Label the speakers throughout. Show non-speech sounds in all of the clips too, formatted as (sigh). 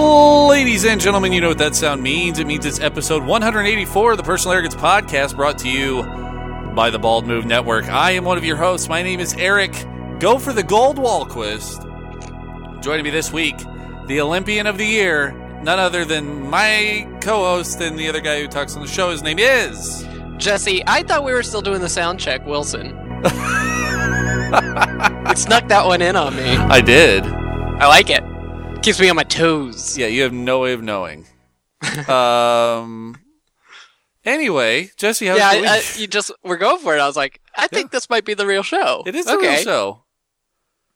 Speaker 1: Ladies and gentlemen, you know what that sound means. It means it's episode 184 of the Personal Arrogance Podcast brought to you by the Bald Move Network. I am one of your hosts. My name is Eric. Go for the gold wall quiz. Joining me this week, the Olympian of the year, none other than my co host and the other guy who talks on the show. His name is.
Speaker 2: Jesse, I thought we were still doing the sound check,
Speaker 1: (laughs)
Speaker 2: Wilson. it snuck that one in on me.
Speaker 1: I did.
Speaker 2: I like it. Keeps me on my toes.
Speaker 1: Yeah, you have no way of knowing. (laughs) um. Anyway, Jesse, how's
Speaker 2: Yeah,
Speaker 1: your week? (laughs)
Speaker 2: I, I, you just we're going for it. I was like, I think this might be the real show.
Speaker 1: (laughs) It is
Speaker 2: okay.
Speaker 1: a real show.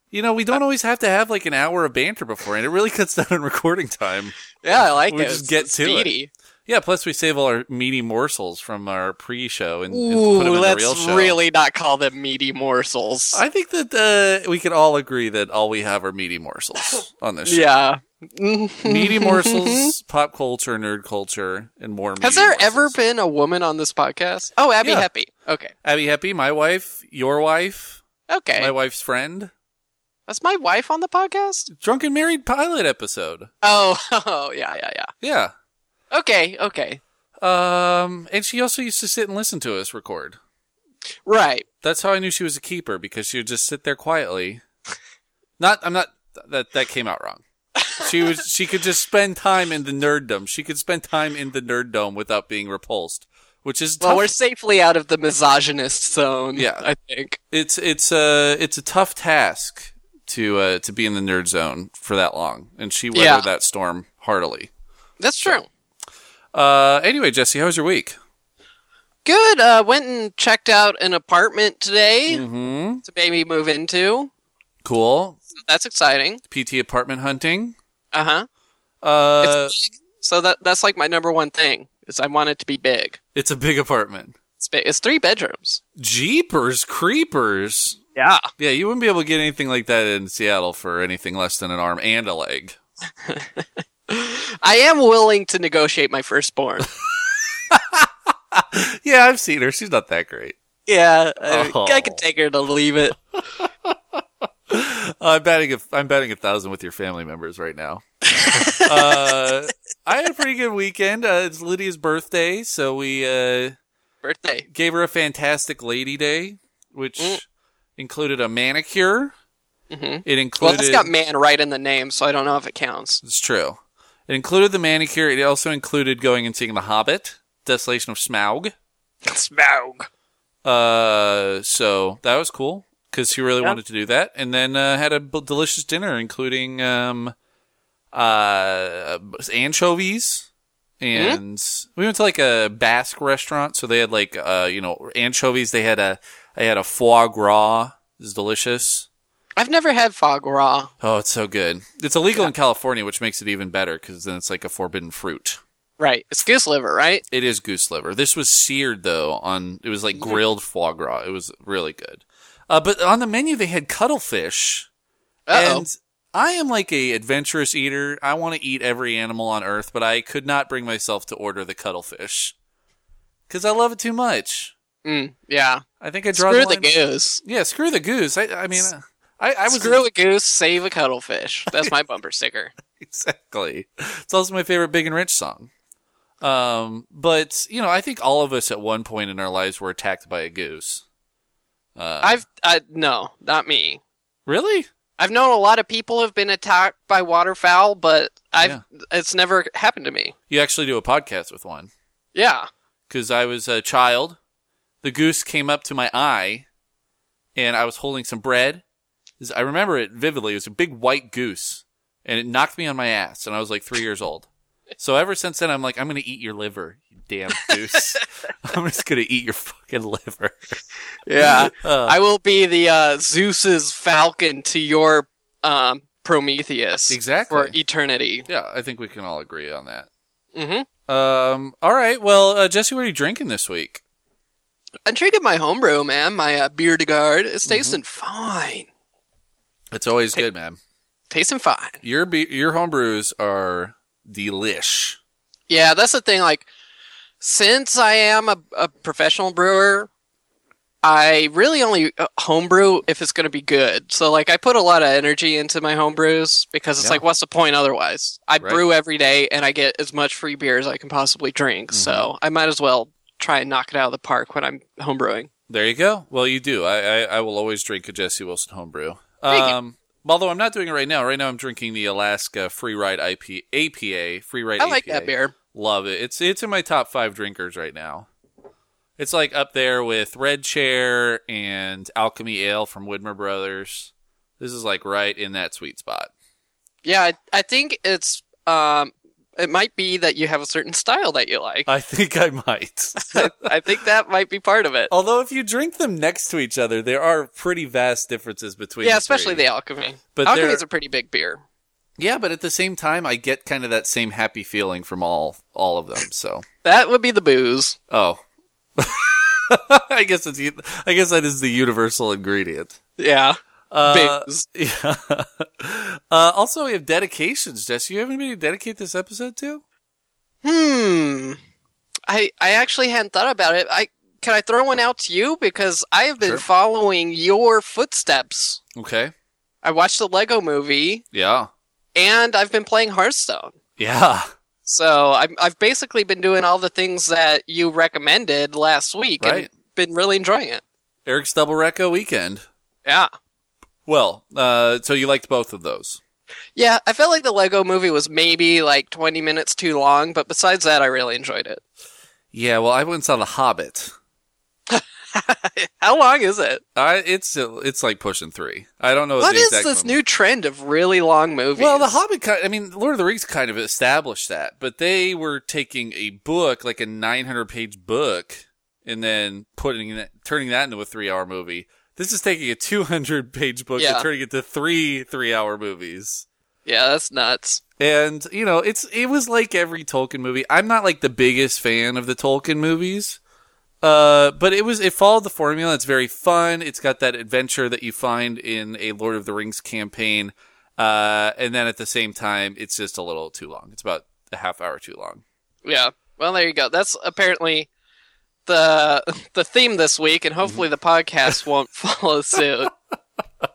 Speaker 1: You know, we don't always have to have like an hour of banter beforehand. It really (laughs) cuts down on recording time.
Speaker 2: Yeah, I like
Speaker 1: We
Speaker 2: it.
Speaker 1: just
Speaker 2: It's
Speaker 1: get to it.
Speaker 2: speedy.
Speaker 1: Yeah, plus we save all our meaty morsels from our pre-show and, and
Speaker 2: Ooh,
Speaker 1: put them in the
Speaker 2: let's
Speaker 1: real show.
Speaker 2: really not call them meaty morsels.
Speaker 1: I think that uh, we can all agree that all we have are meaty
Speaker 2: (laughs)
Speaker 1: morsels on this show.
Speaker 2: yeah.
Speaker 1: (laughs) Meaty morsels, pop culture, nerd culture, and more.
Speaker 2: (laughs) Has
Speaker 1: meaty
Speaker 2: there
Speaker 1: morsels.
Speaker 2: ever been a woman on this podcast? Oh, Abby
Speaker 1: Yeah.
Speaker 2: Heppy. Okay.
Speaker 1: Abby Heppy, my wife, your wife,
Speaker 2: Okay.
Speaker 1: my wife's friend,
Speaker 2: That's my wife on the podcast?
Speaker 1: drunken married pilot episode?
Speaker 2: Oh, (laughs) oh yeah, yeah, yeah.
Speaker 1: Yeah.
Speaker 2: Okay, okay.
Speaker 1: Um, and she also used to sit and listen to us record.
Speaker 2: Right.
Speaker 1: That's how I knew she was a keeper because she would just sit there quietly. Not, I'm not. That that came out wrong. She was. She could just spend time in the nerddom. She could spend time in the nerddom without being repulsed, which is
Speaker 2: Well,
Speaker 1: tough.
Speaker 2: we're safely out of the misogynist zone.
Speaker 1: Yeah.
Speaker 2: I think.
Speaker 1: it's it's a it's a tough task to uh, to be in the nerd zone for that long, and she weathered
Speaker 2: Yeah.
Speaker 1: that storm heartily.
Speaker 2: That's true.
Speaker 1: Uh, anyway, Jesse, how was your week?
Speaker 2: Good. Uh, went and checked out an apartment today
Speaker 1: Mm-hmm.
Speaker 2: to maybe move into.
Speaker 1: Cool.
Speaker 2: That's exciting.
Speaker 1: PT apartment hunting.
Speaker 2: Uh huh.
Speaker 1: Uh, it's,
Speaker 2: So that that's like my number one thing is I want it to be big.
Speaker 1: a big apartment.
Speaker 2: It's big. It's three bedrooms.
Speaker 1: Jeepers creepers.
Speaker 2: Yeah.
Speaker 1: Yeah, you wouldn't be able to get anything like that in Seattle for anything less than an arm and a leg.
Speaker 2: I am willing to negotiate my firstborn.
Speaker 1: Yeah, I've seen her. She's not that great.
Speaker 2: (laughs) yeah. uh, I,
Speaker 1: Oh.
Speaker 2: I could take her to leave it.
Speaker 1: Uh, I'm batting a, I'm batting a thousand with your family members right (laughs) now. uh, I had a pretty good weekend. Uh, it's Lydia's birthday, so we uh,
Speaker 2: Birthday.
Speaker 1: gave her a fantastic lady day, which
Speaker 2: Mm.
Speaker 1: included a manicure.
Speaker 2: hmm
Speaker 1: It included
Speaker 2: Well, that's got man right in the name, so I don't know if it counts.
Speaker 1: It's true. It included the manicure. It also included going and seeing The Hobbit, Desolation of Smaug.
Speaker 2: Smaug.
Speaker 1: Uh, so that was cool because he really
Speaker 2: Yeah.
Speaker 1: wanted to do that, and then uh, had a b- delicious dinner, including um, uh, anchovies, and we went to like a Basque restaurant, so they had like uh, you know, anchovies. They had a, they had a foie gras. It was delicious.
Speaker 2: I've never had foie gras.
Speaker 1: Oh, it's so good. It's illegal in California, which makes it even better because then it's like a forbidden fruit.
Speaker 2: Right. It's goose liver, right?
Speaker 1: It is goose liver. This was seared though on it was like grilled foie gras. It was really good. Uh, but on the menu they had cuttlefish.
Speaker 2: Uh-oh.
Speaker 1: And I am like a adventurous eater. I want to eat every animal on earth, but I could not bring myself to order the cuttlefish because I love it too much.
Speaker 2: Mm, yeah.
Speaker 1: I think I draw
Speaker 2: Screw
Speaker 1: the,
Speaker 2: the
Speaker 1: line-
Speaker 2: goose.
Speaker 1: Yeah, screw the goose. I, I mean, uh, I, I was
Speaker 2: Screw a goose, save a cuttlefish.
Speaker 1: (laughs)
Speaker 2: That's my bumper sticker.
Speaker 1: exactly. It's also my favorite Big and Rich song. Um, but you know, I think all of us at one point in our lives were attacked by a goose. Uh,
Speaker 2: I've I, no, not me.
Speaker 1: really
Speaker 2: I've known a lot of people have been attacked by waterfowl, but I've
Speaker 1: Yeah.
Speaker 2: it's never happened to me.
Speaker 1: you actually do a podcast with one
Speaker 2: Yeah.
Speaker 1: because I was a child. The goose came up to my eye, and I was holding some bread. This- I remember it vividly. It was a big white goose, and it knocked me on my ass, and I was like three years old. So ever since then, I'm like, I'm gonna eat your liver, you damn goose. (laughs) I'm just gonna eat your fucking liver.
Speaker 2: Yeah.
Speaker 1: (laughs) Uh,
Speaker 2: (laughs) I will be the uh, Zeus's falcon to your um, Prometheus
Speaker 1: Exactly.
Speaker 2: for eternity.
Speaker 1: e- yeah, I think we can all agree on that.
Speaker 2: Mm-hmm.
Speaker 1: Um, all right. Well, uh, Jesse, what are you drinking this week?
Speaker 2: I'm drinking my homebrew, man. My uh, beer de guard. It's
Speaker 1: Mm-hmm.
Speaker 2: tasting fine.
Speaker 1: It's always good, man.
Speaker 2: Tasting fine.
Speaker 1: Your be- your homebrews are delish.
Speaker 2: Yeah, that's the thing. Like, since I am a, a professional brewer, I really only uh, homebrew if it's going to be good. So like I put a lot of energy into my homebrews because it's
Speaker 1: Yeah.
Speaker 2: like what's the point otherwise? I
Speaker 1: Right.
Speaker 2: brew every day and I get as much free beer as I can possibly drink. So
Speaker 1: Mm-hmm.
Speaker 2: I might as well try and knock it out of the park when I'm homebrewing.
Speaker 1: There you go. Well, you do. I, I, I will always drink a Jesse Wilson homebrew.
Speaker 2: Thank you.
Speaker 1: Um, although I'm not doing it right now. Right now, I'm drinking the Alaska Free Ride IP, APA. Free Ride
Speaker 2: I like
Speaker 1: APA.
Speaker 2: that beer.
Speaker 1: Love it. It's it's in my top five drinkers right now. It's like up there with Red Chair and Alchemy Ale from Widmer Brothers. This is like right in that sweet spot.
Speaker 2: Yeah, I, I think it's um it might be that you have a certain style that you like.
Speaker 1: I think I might.
Speaker 2: (laughs) I think that might be part of it.
Speaker 1: (laughs) Although if you drink them next to each other, there are pretty vast differences between.
Speaker 2: yeah,
Speaker 1: the
Speaker 2: especially
Speaker 1: three.
Speaker 2: the alchemy.
Speaker 1: But
Speaker 2: Alchemy
Speaker 1: they're-
Speaker 2: is a pretty big beer.
Speaker 1: Yeah, but at the same time, I get kind of that same happy feeling from all all of them. So,
Speaker 2: That would be the booze.
Speaker 1: oh, (laughs) I guess it's I guess that is the universal ingredient.
Speaker 2: Yeah,
Speaker 1: Uh,
Speaker 2: booze.
Speaker 1: (laughs) yeah. uh, also, we have dedications. Jess, you have anybody to dedicate this episode to?
Speaker 2: Hmm. I I actually hadn't thought about it. I can I throw one out to you because I have been
Speaker 1: Sure.
Speaker 2: following your footsteps.
Speaker 1: Okay.
Speaker 2: I watched the Lego movie
Speaker 1: Yeah.
Speaker 2: and I've been playing Hearthstone.
Speaker 1: Yeah.
Speaker 2: So I'm, I've basically been doing all the things that you recommended last week
Speaker 1: Right.
Speaker 2: and been really enjoying it.
Speaker 1: Eric's double reco weekend.
Speaker 2: Yeah.
Speaker 1: Well, uh, so you liked both of those.
Speaker 2: Yeah, I felt like the Lego movie was maybe like 20 minutes too long, but besides that, I really enjoyed it.
Speaker 1: Yeah. Well, I went and saw The Hobbit.
Speaker 2: How long is it?
Speaker 1: I it's it's like pushing three. I don't know
Speaker 2: What
Speaker 1: the
Speaker 2: is
Speaker 1: exact
Speaker 2: this
Speaker 1: number.
Speaker 2: new trend of really long movies?
Speaker 1: Well, The Hobbit, kind I mean, Lord of the Rings kind of established that, but they were taking a book, like a 900 page book, and then putting that, turning that into a three hour movie. This is taking a 200 page book
Speaker 2: Yeah.
Speaker 1: and turning it to three three hour movies.
Speaker 2: Yeah, that's nuts.
Speaker 1: And, you know, it's, it was like every Tolkien movie. I'm not like the biggest fan of the Tolkien movies. Uh, but it was, it followed the formula. It's very fun. It's got that adventure that you find in a Lord of the Rings campaign. Uh, and then at the same time, it's just a little too long. It's about a half hour too long.
Speaker 2: Yeah. Well, there you go. That's apparently the (laughs) the theme this week, and hopefully the (laughs) podcast won't follow suit.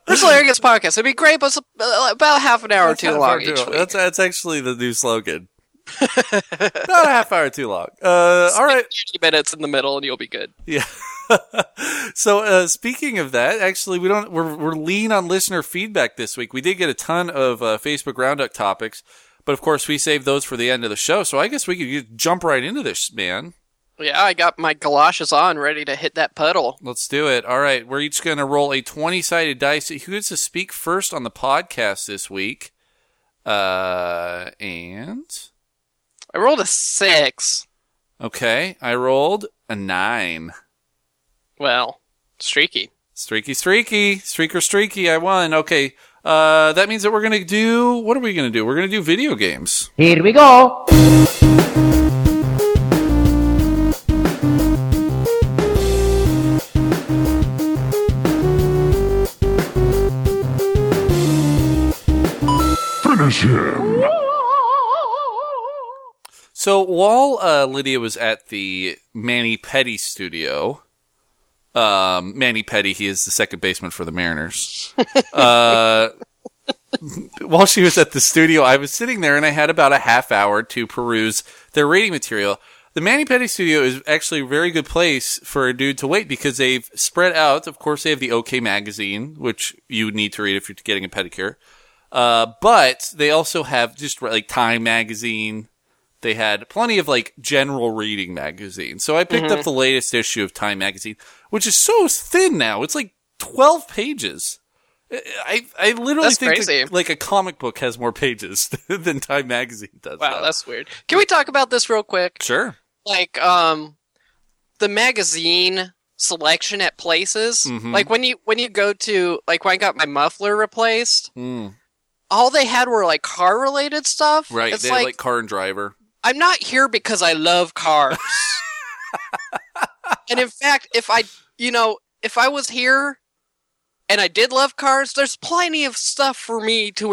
Speaker 2: Personal arrogance podcast. It'd be great, but it's uh, about half an hour too
Speaker 1: Half
Speaker 2: long
Speaker 1: hour too
Speaker 2: each
Speaker 1: long.
Speaker 2: week.
Speaker 1: That's, that's actually the new
Speaker 2: (laughs)
Speaker 1: slogan. not a half hour too long. Uh, all right.
Speaker 2: 30 minutes in the middle, and you'll be good.
Speaker 1: Yeah. so uh, speaking of that, actually, we don't we're, we're lean on listener feedback this week. We did get a ton of uh, Facebook roundup topics, but of course we saved those for the end of the show. So I guess we could just jump right into this, man.
Speaker 2: Yeah, I got my galoshes on, ready to hit that puddle.
Speaker 1: Let's do it. All right, we're each going to roll a twenty-sided dice. Who gets to speak first on the podcast this week? Uh, and
Speaker 2: I rolled a six.
Speaker 1: okay, I rolled a nine.
Speaker 2: Well, streaky.
Speaker 1: Streaky, streaky, streaker, streaky. I won. Okay. Uh, that means that we're gonna do. What are we gonna do? We're gonna do video games.
Speaker 3: Here we go.
Speaker 1: So while uh, Lydia was at the Manny Petty studio, um, Manny Petty, he is the second baseman for the Mariners. uh, while she was at the studio, I was sitting there and I had about a half hour to peruse their rating material. The Manny Petty studio is actually a very good place for a dude to wait because they've spread out. Of course, they have the OK magazine, which you need to read if you're getting a pedicure. Uh, but they also have just like Time magazine, they had plenty of like general reading magazines. So I picked
Speaker 2: Mm-hmm.
Speaker 1: up the latest issue of Time magazine, which is so thin now. It's like 12 pages. I I literally
Speaker 2: That's
Speaker 1: think
Speaker 2: crazy.
Speaker 1: That, like a comic book has more pages (laughs) than Time magazine does.
Speaker 2: Wow,
Speaker 1: now.
Speaker 2: that's weird. Can we talk about this real quick?
Speaker 1: sure.
Speaker 2: like um the magazine selection at places
Speaker 1: Mhm.
Speaker 2: like when you when you go to like when i got my muffler replaced
Speaker 1: Mm,
Speaker 2: all they had were like car related stuff
Speaker 1: right.
Speaker 2: it's
Speaker 1: they
Speaker 2: like,
Speaker 1: like, like Car and Driver. (laughs)
Speaker 2: i'm not here because i love cars and in fact if i you know if i was here and i did love cars there's plenty of stuff for me to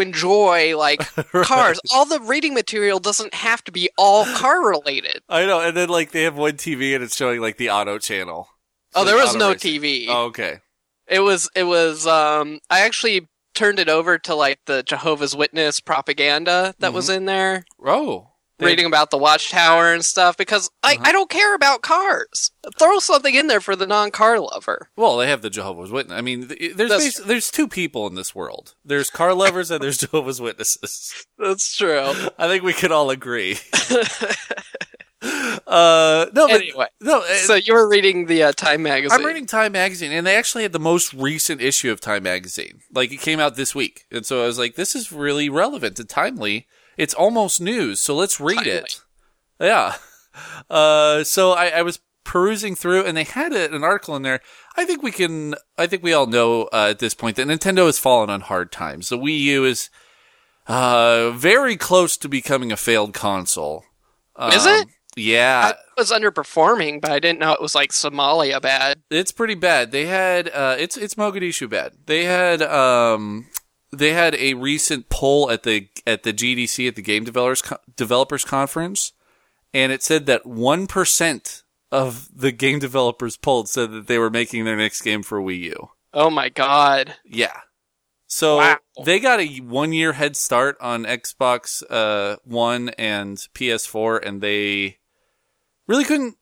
Speaker 1: (laughs)
Speaker 2: enjoy like cars all the reading material doesn't have to be all car related
Speaker 1: I know. And then like they have one TV and it's showing like the Auto Channel.
Speaker 2: Oh, there
Speaker 1: Fleet
Speaker 2: was
Speaker 1: Auto
Speaker 2: no
Speaker 1: Racing.
Speaker 2: TV.
Speaker 1: Oh, okay.
Speaker 2: It was it was um I actually turned it over to like the Jehovah's Witness propaganda that was in there.
Speaker 1: Oh, Mm-hmm. They-
Speaker 2: Reading about the watchtower and stuff because I,
Speaker 1: Uh-huh.
Speaker 2: I don't care about cars. Throw something in there for the non car lover.
Speaker 1: Well, they have the Jehovah's Witness. I mean, th- there's
Speaker 2: That's-
Speaker 1: basi- there's two people in this world.
Speaker 2: (laughs)
Speaker 1: There's car lovers and there's Jehovah's Witnesses.
Speaker 2: That's true.
Speaker 1: I think we could all
Speaker 2: (laughs)
Speaker 1: agree. (laughs) uh, no, but
Speaker 2: anyway,
Speaker 1: no. uh,
Speaker 2: (laughs) so you were reading the uh, Time magazine.
Speaker 1: I'm reading Time magazine, and they actually had the most recent issue of Time magazine. Like it came out this week, and so I was like, "This is really relevant and timely. It's almost news, so let's read it." Yeah. Uh, so I, I was perusing through, and they had a, an article in there. I think we can. I think we all know uh, at this point that Nintendo has fallen on hard times. The Wii U is uh, very close to becoming a failed console. Um,
Speaker 2: Is it?
Speaker 1: Yeah.
Speaker 2: I was underperforming, but I didn't know it was like Somalia bad.
Speaker 1: It's pretty bad. They had uh, it's it's Mogadishu bad. They had um, they had a recent poll at the at the GDC at the Game Developers Con- Developers Conference, and it said that one percent of the game developers polled said that they were making their next game for Wii U.
Speaker 2: Oh my god.
Speaker 1: Yeah. So
Speaker 2: Wow.
Speaker 1: they got a one year head start on Xbox uh, One and PS4, and they really couldn't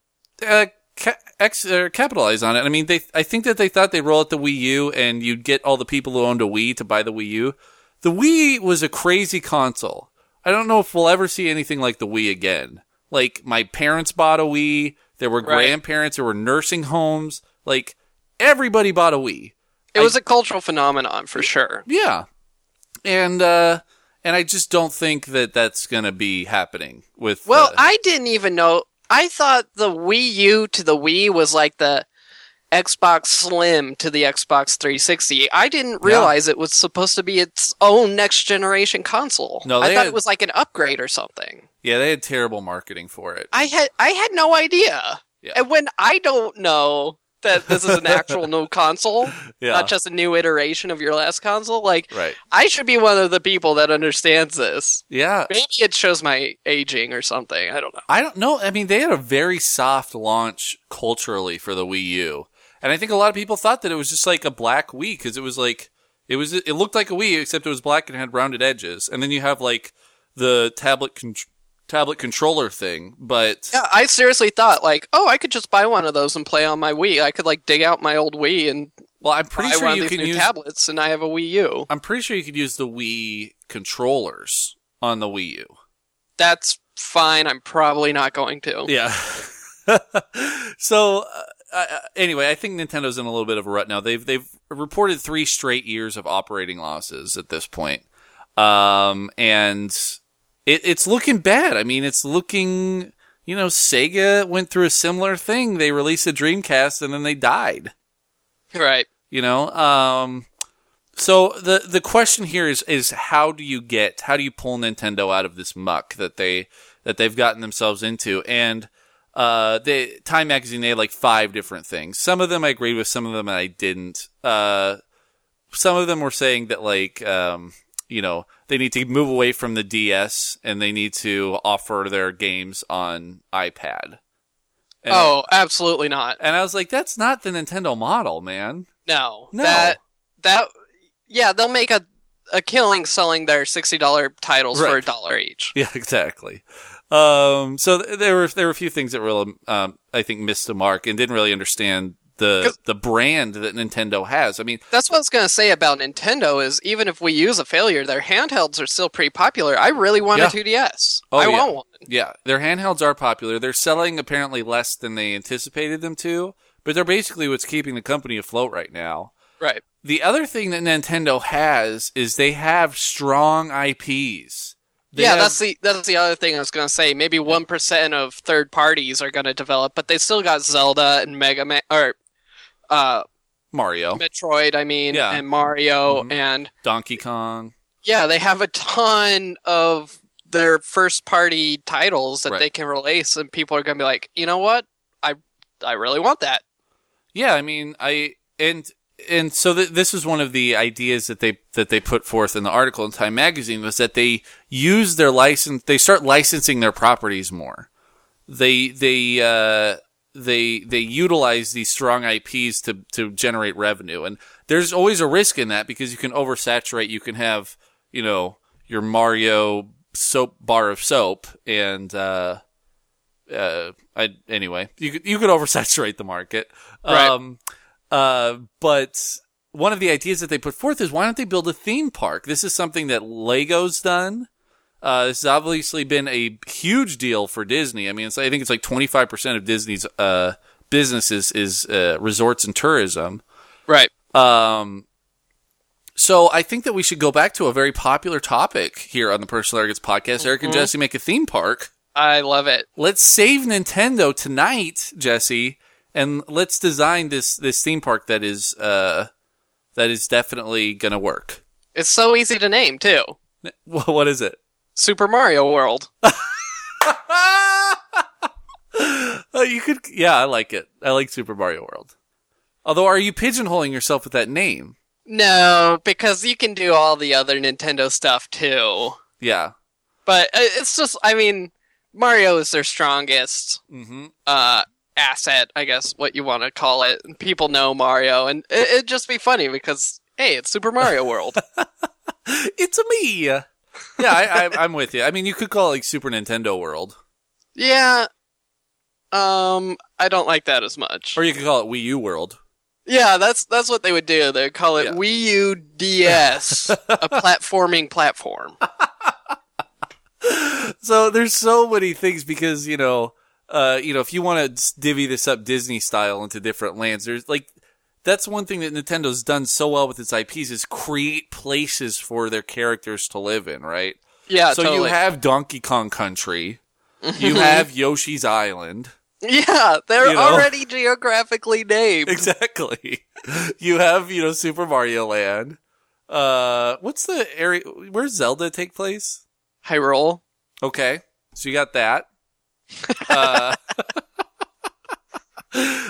Speaker 1: uh, ca- ex- or capitalize on it. I mean, they I think that they thought they'd roll out the Wii U and you'd get all the people who owned a Wii to buy the Wii U. The Wii was a crazy console. I don't know if we'll ever see anything like the Wii again. Like my parents bought a Wii. There were
Speaker 2: Right.
Speaker 1: grandparents. There were nursing homes. Like everybody bought a Wii.
Speaker 2: It
Speaker 1: I-
Speaker 2: was a cultural phenomenon for sure.
Speaker 1: Yeah, and uh, and I just don't think that that's gonna be happening with.
Speaker 2: Well,
Speaker 1: uh,
Speaker 2: I didn't even know. I thought the Wii U to the Wii was like the Xbox Slim to the Xbox 360. I didn't realize it was supposed to be its own next generation console.
Speaker 1: No,
Speaker 2: I
Speaker 1: they
Speaker 2: thought
Speaker 1: had-
Speaker 2: it was like an upgrade or something.
Speaker 1: yeah, they had terrible marketing for it.
Speaker 2: I had I had no idea.
Speaker 1: Yeah.
Speaker 2: And when I don't know that this is
Speaker 1: (laughs)
Speaker 2: an actual new console,
Speaker 1: Yeah,
Speaker 2: not just a new iteration of your last console, like
Speaker 1: right.
Speaker 2: I should be one of the people that understands this.
Speaker 1: Yeah,
Speaker 2: Maybe it shows my aging or something. I don't know.
Speaker 1: I don't know. I mean, they had a very soft launch culturally for the Wii U, and I think a lot of people thought that it was just like a black Wii because it was like it was it looked like a Wii except it was black and had rounded edges, and then you have like the tablet con- tablet controller thing, but
Speaker 2: Yeah, I seriously thought like, oh, I could just buy one of those and play on my Wii. I could like dig out my old Wii and
Speaker 1: well, I'm pretty
Speaker 2: buy
Speaker 1: sure
Speaker 2: one
Speaker 1: you
Speaker 2: of these
Speaker 1: can
Speaker 2: new
Speaker 1: use
Speaker 2: tablets, and I have a Wii U.
Speaker 1: I'm pretty sure you could use the Wii controllers on the Wii U.
Speaker 2: That's fine. I'm probably not going to.
Speaker 1: Yeah. (laughs) so uh, uh, anyway, I think Nintendo's in a little bit of a rut now. They've they've reported three straight years of operating losses at this point, um, and it, it's looking bad. I mean, it's looking. You know, Sega went through a similar thing. They released a Dreamcast and then they died.
Speaker 2: Right.
Speaker 1: you know um so the the question here is is how do you get how do you pull Nintendo out of this muck that they that they've gotten themselves into and uh they Time magazine they had like five different things some of them I agreed with some of them I didn't uh some of them were saying that like um you know they need to move away from the DS and they need to offer their games on iPad and,
Speaker 2: Oh, absolutely not.
Speaker 1: and I was like that's not the Nintendo model man
Speaker 2: No.
Speaker 1: No.
Speaker 2: That that yeah, they'll make a a killing selling their sixty dollar titles for
Speaker 1: Right.
Speaker 2: a dollar each.
Speaker 1: (laughs) Yeah, exactly. Um, so th- there were there were a few things that really um, I think missed the mark and didn't really understand the
Speaker 2: 'Cause-
Speaker 1: the brand that Nintendo has. I mean,
Speaker 2: That's what I was gonna say about Nintendo is even if we use a failure, their handhelds are still pretty popular. I really want
Speaker 1: Yeah.
Speaker 2: a 2DS.
Speaker 1: Oh,
Speaker 2: I
Speaker 1: yeah.
Speaker 2: want one.
Speaker 1: yeah, their handhelds are popular. They're selling apparently less than they anticipated them to, but they're basically what's keeping the company afloat right now.
Speaker 2: Right.
Speaker 1: The other thing that Nintendo has is they have strong IPs. They
Speaker 2: yeah,
Speaker 1: have-
Speaker 2: that's the that's the other thing I was gonna say. Maybe one percent of third parties are gonna develop, but they still got Zelda and Mega Man or uh
Speaker 1: Mario,
Speaker 2: Metroid, I mean,
Speaker 1: Oh. Yeah.
Speaker 2: and Mario
Speaker 1: Mhm.
Speaker 2: and
Speaker 1: Donkey Kong.
Speaker 2: Yeah, they have a ton of their first party titles that
Speaker 1: Right.
Speaker 2: they can release, and people are going to be like, you know what? I I really want that.
Speaker 1: Yeah, I mean, I and and so th- this is one of the ideas that they that they put forth in the article in Time magazine was that they use their license, they start licensing their properties more. They they uh, they they utilize these strong IPs to to generate revenue, and there's always a risk in that because you can oversaturate. You can have you know your Mario soap bar of soap, and uh, uh, I anyway you could you could (laughs) oversaturate the market,
Speaker 2: Right.
Speaker 1: Um, uh, but one of the ideas that they put forth is why don't they build a theme park? This is something that Lego's done. Uh, this has obviously been a huge deal for Disney. I mean, it's, I think it's like 25% of Disney's uh, businesses is uh, resorts and tourism.
Speaker 2: Right.
Speaker 1: Um, so I think that we should go back to a very popular topic here on the Personal Arrogance podcast. Eric and Jesse make a theme park.
Speaker 2: I love it.
Speaker 1: Let's save Nintendo tonight, Jesse, and let's design this this theme park that is uh, that is definitely going to work. (laughs)
Speaker 2: It's so easy to name too.
Speaker 1: Wha- What is it?
Speaker 2: Super Mario World.
Speaker 1: Oh, you could, yeah, I like it. I like Super Mario World. Although, are you pigeonholing yourself with that name?
Speaker 2: No, because you can do all the other Nintendo stuff too.
Speaker 1: Yeah.
Speaker 2: But uh, it's just, I mean, Mario is their strongest
Speaker 1: Mm-hmm. (gasps)
Speaker 2: uh, asset, I guess, what you want to call it. People know Mario, and it, it'd just be funny because, hey, it's Super
Speaker 1: (laughs)
Speaker 2: Mario World.
Speaker 1: It's a me. Yeah, I, I, I'm with you. I mean, you could call it like Super Nintendo World,
Speaker 2: yeah. Um, I don't like that as much.
Speaker 1: or you could call it Wii U World.
Speaker 2: Yeah, that's that's what they would do. They'd call it
Speaker 1: Yeah.
Speaker 2: Wii U DS,
Speaker 1: (laughs)
Speaker 2: a platforming platform.
Speaker 1: So there's so many things because you know, uh, you know, if you want to divvy this up Disney style into different lands, there's like that's one thing that Nintendo's done so well with its IPs is create places for their characters to live in, right?
Speaker 2: Yeah,
Speaker 1: so
Speaker 2: totally.
Speaker 1: you have Donkey Kong Country,
Speaker 2: (laughs) Mm-hmm.
Speaker 1: you have Yoshi's Island,
Speaker 2: yeah, they're
Speaker 1: you know.
Speaker 2: already geographically named.
Speaker 1: exactly. (laughs) you have you know Super Mario Land. Uh, what's the area? Where's Zelda take place?
Speaker 2: Hyrule.
Speaker 1: Okay, so you got that. uh, (laughs)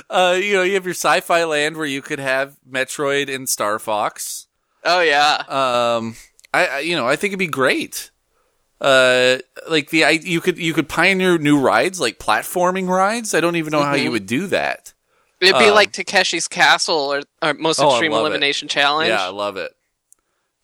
Speaker 1: uh, you know, you have your sci-fi land where you could have Metroid and Star Fox.
Speaker 2: Oh yeah,
Speaker 1: Um, I, I you know I think it'd be great. Uh, like the I, you could you could pioneer new rides like platforming rides. I don't even know how you
Speaker 2: Mhm.
Speaker 1: would do that.
Speaker 2: it'd be
Speaker 1: Um,
Speaker 2: like Takeshi's Castle or, or Most
Speaker 1: Oh, I
Speaker 2: Extreme
Speaker 1: love it.
Speaker 2: Elimination Challenge.
Speaker 1: Yeah, I love it.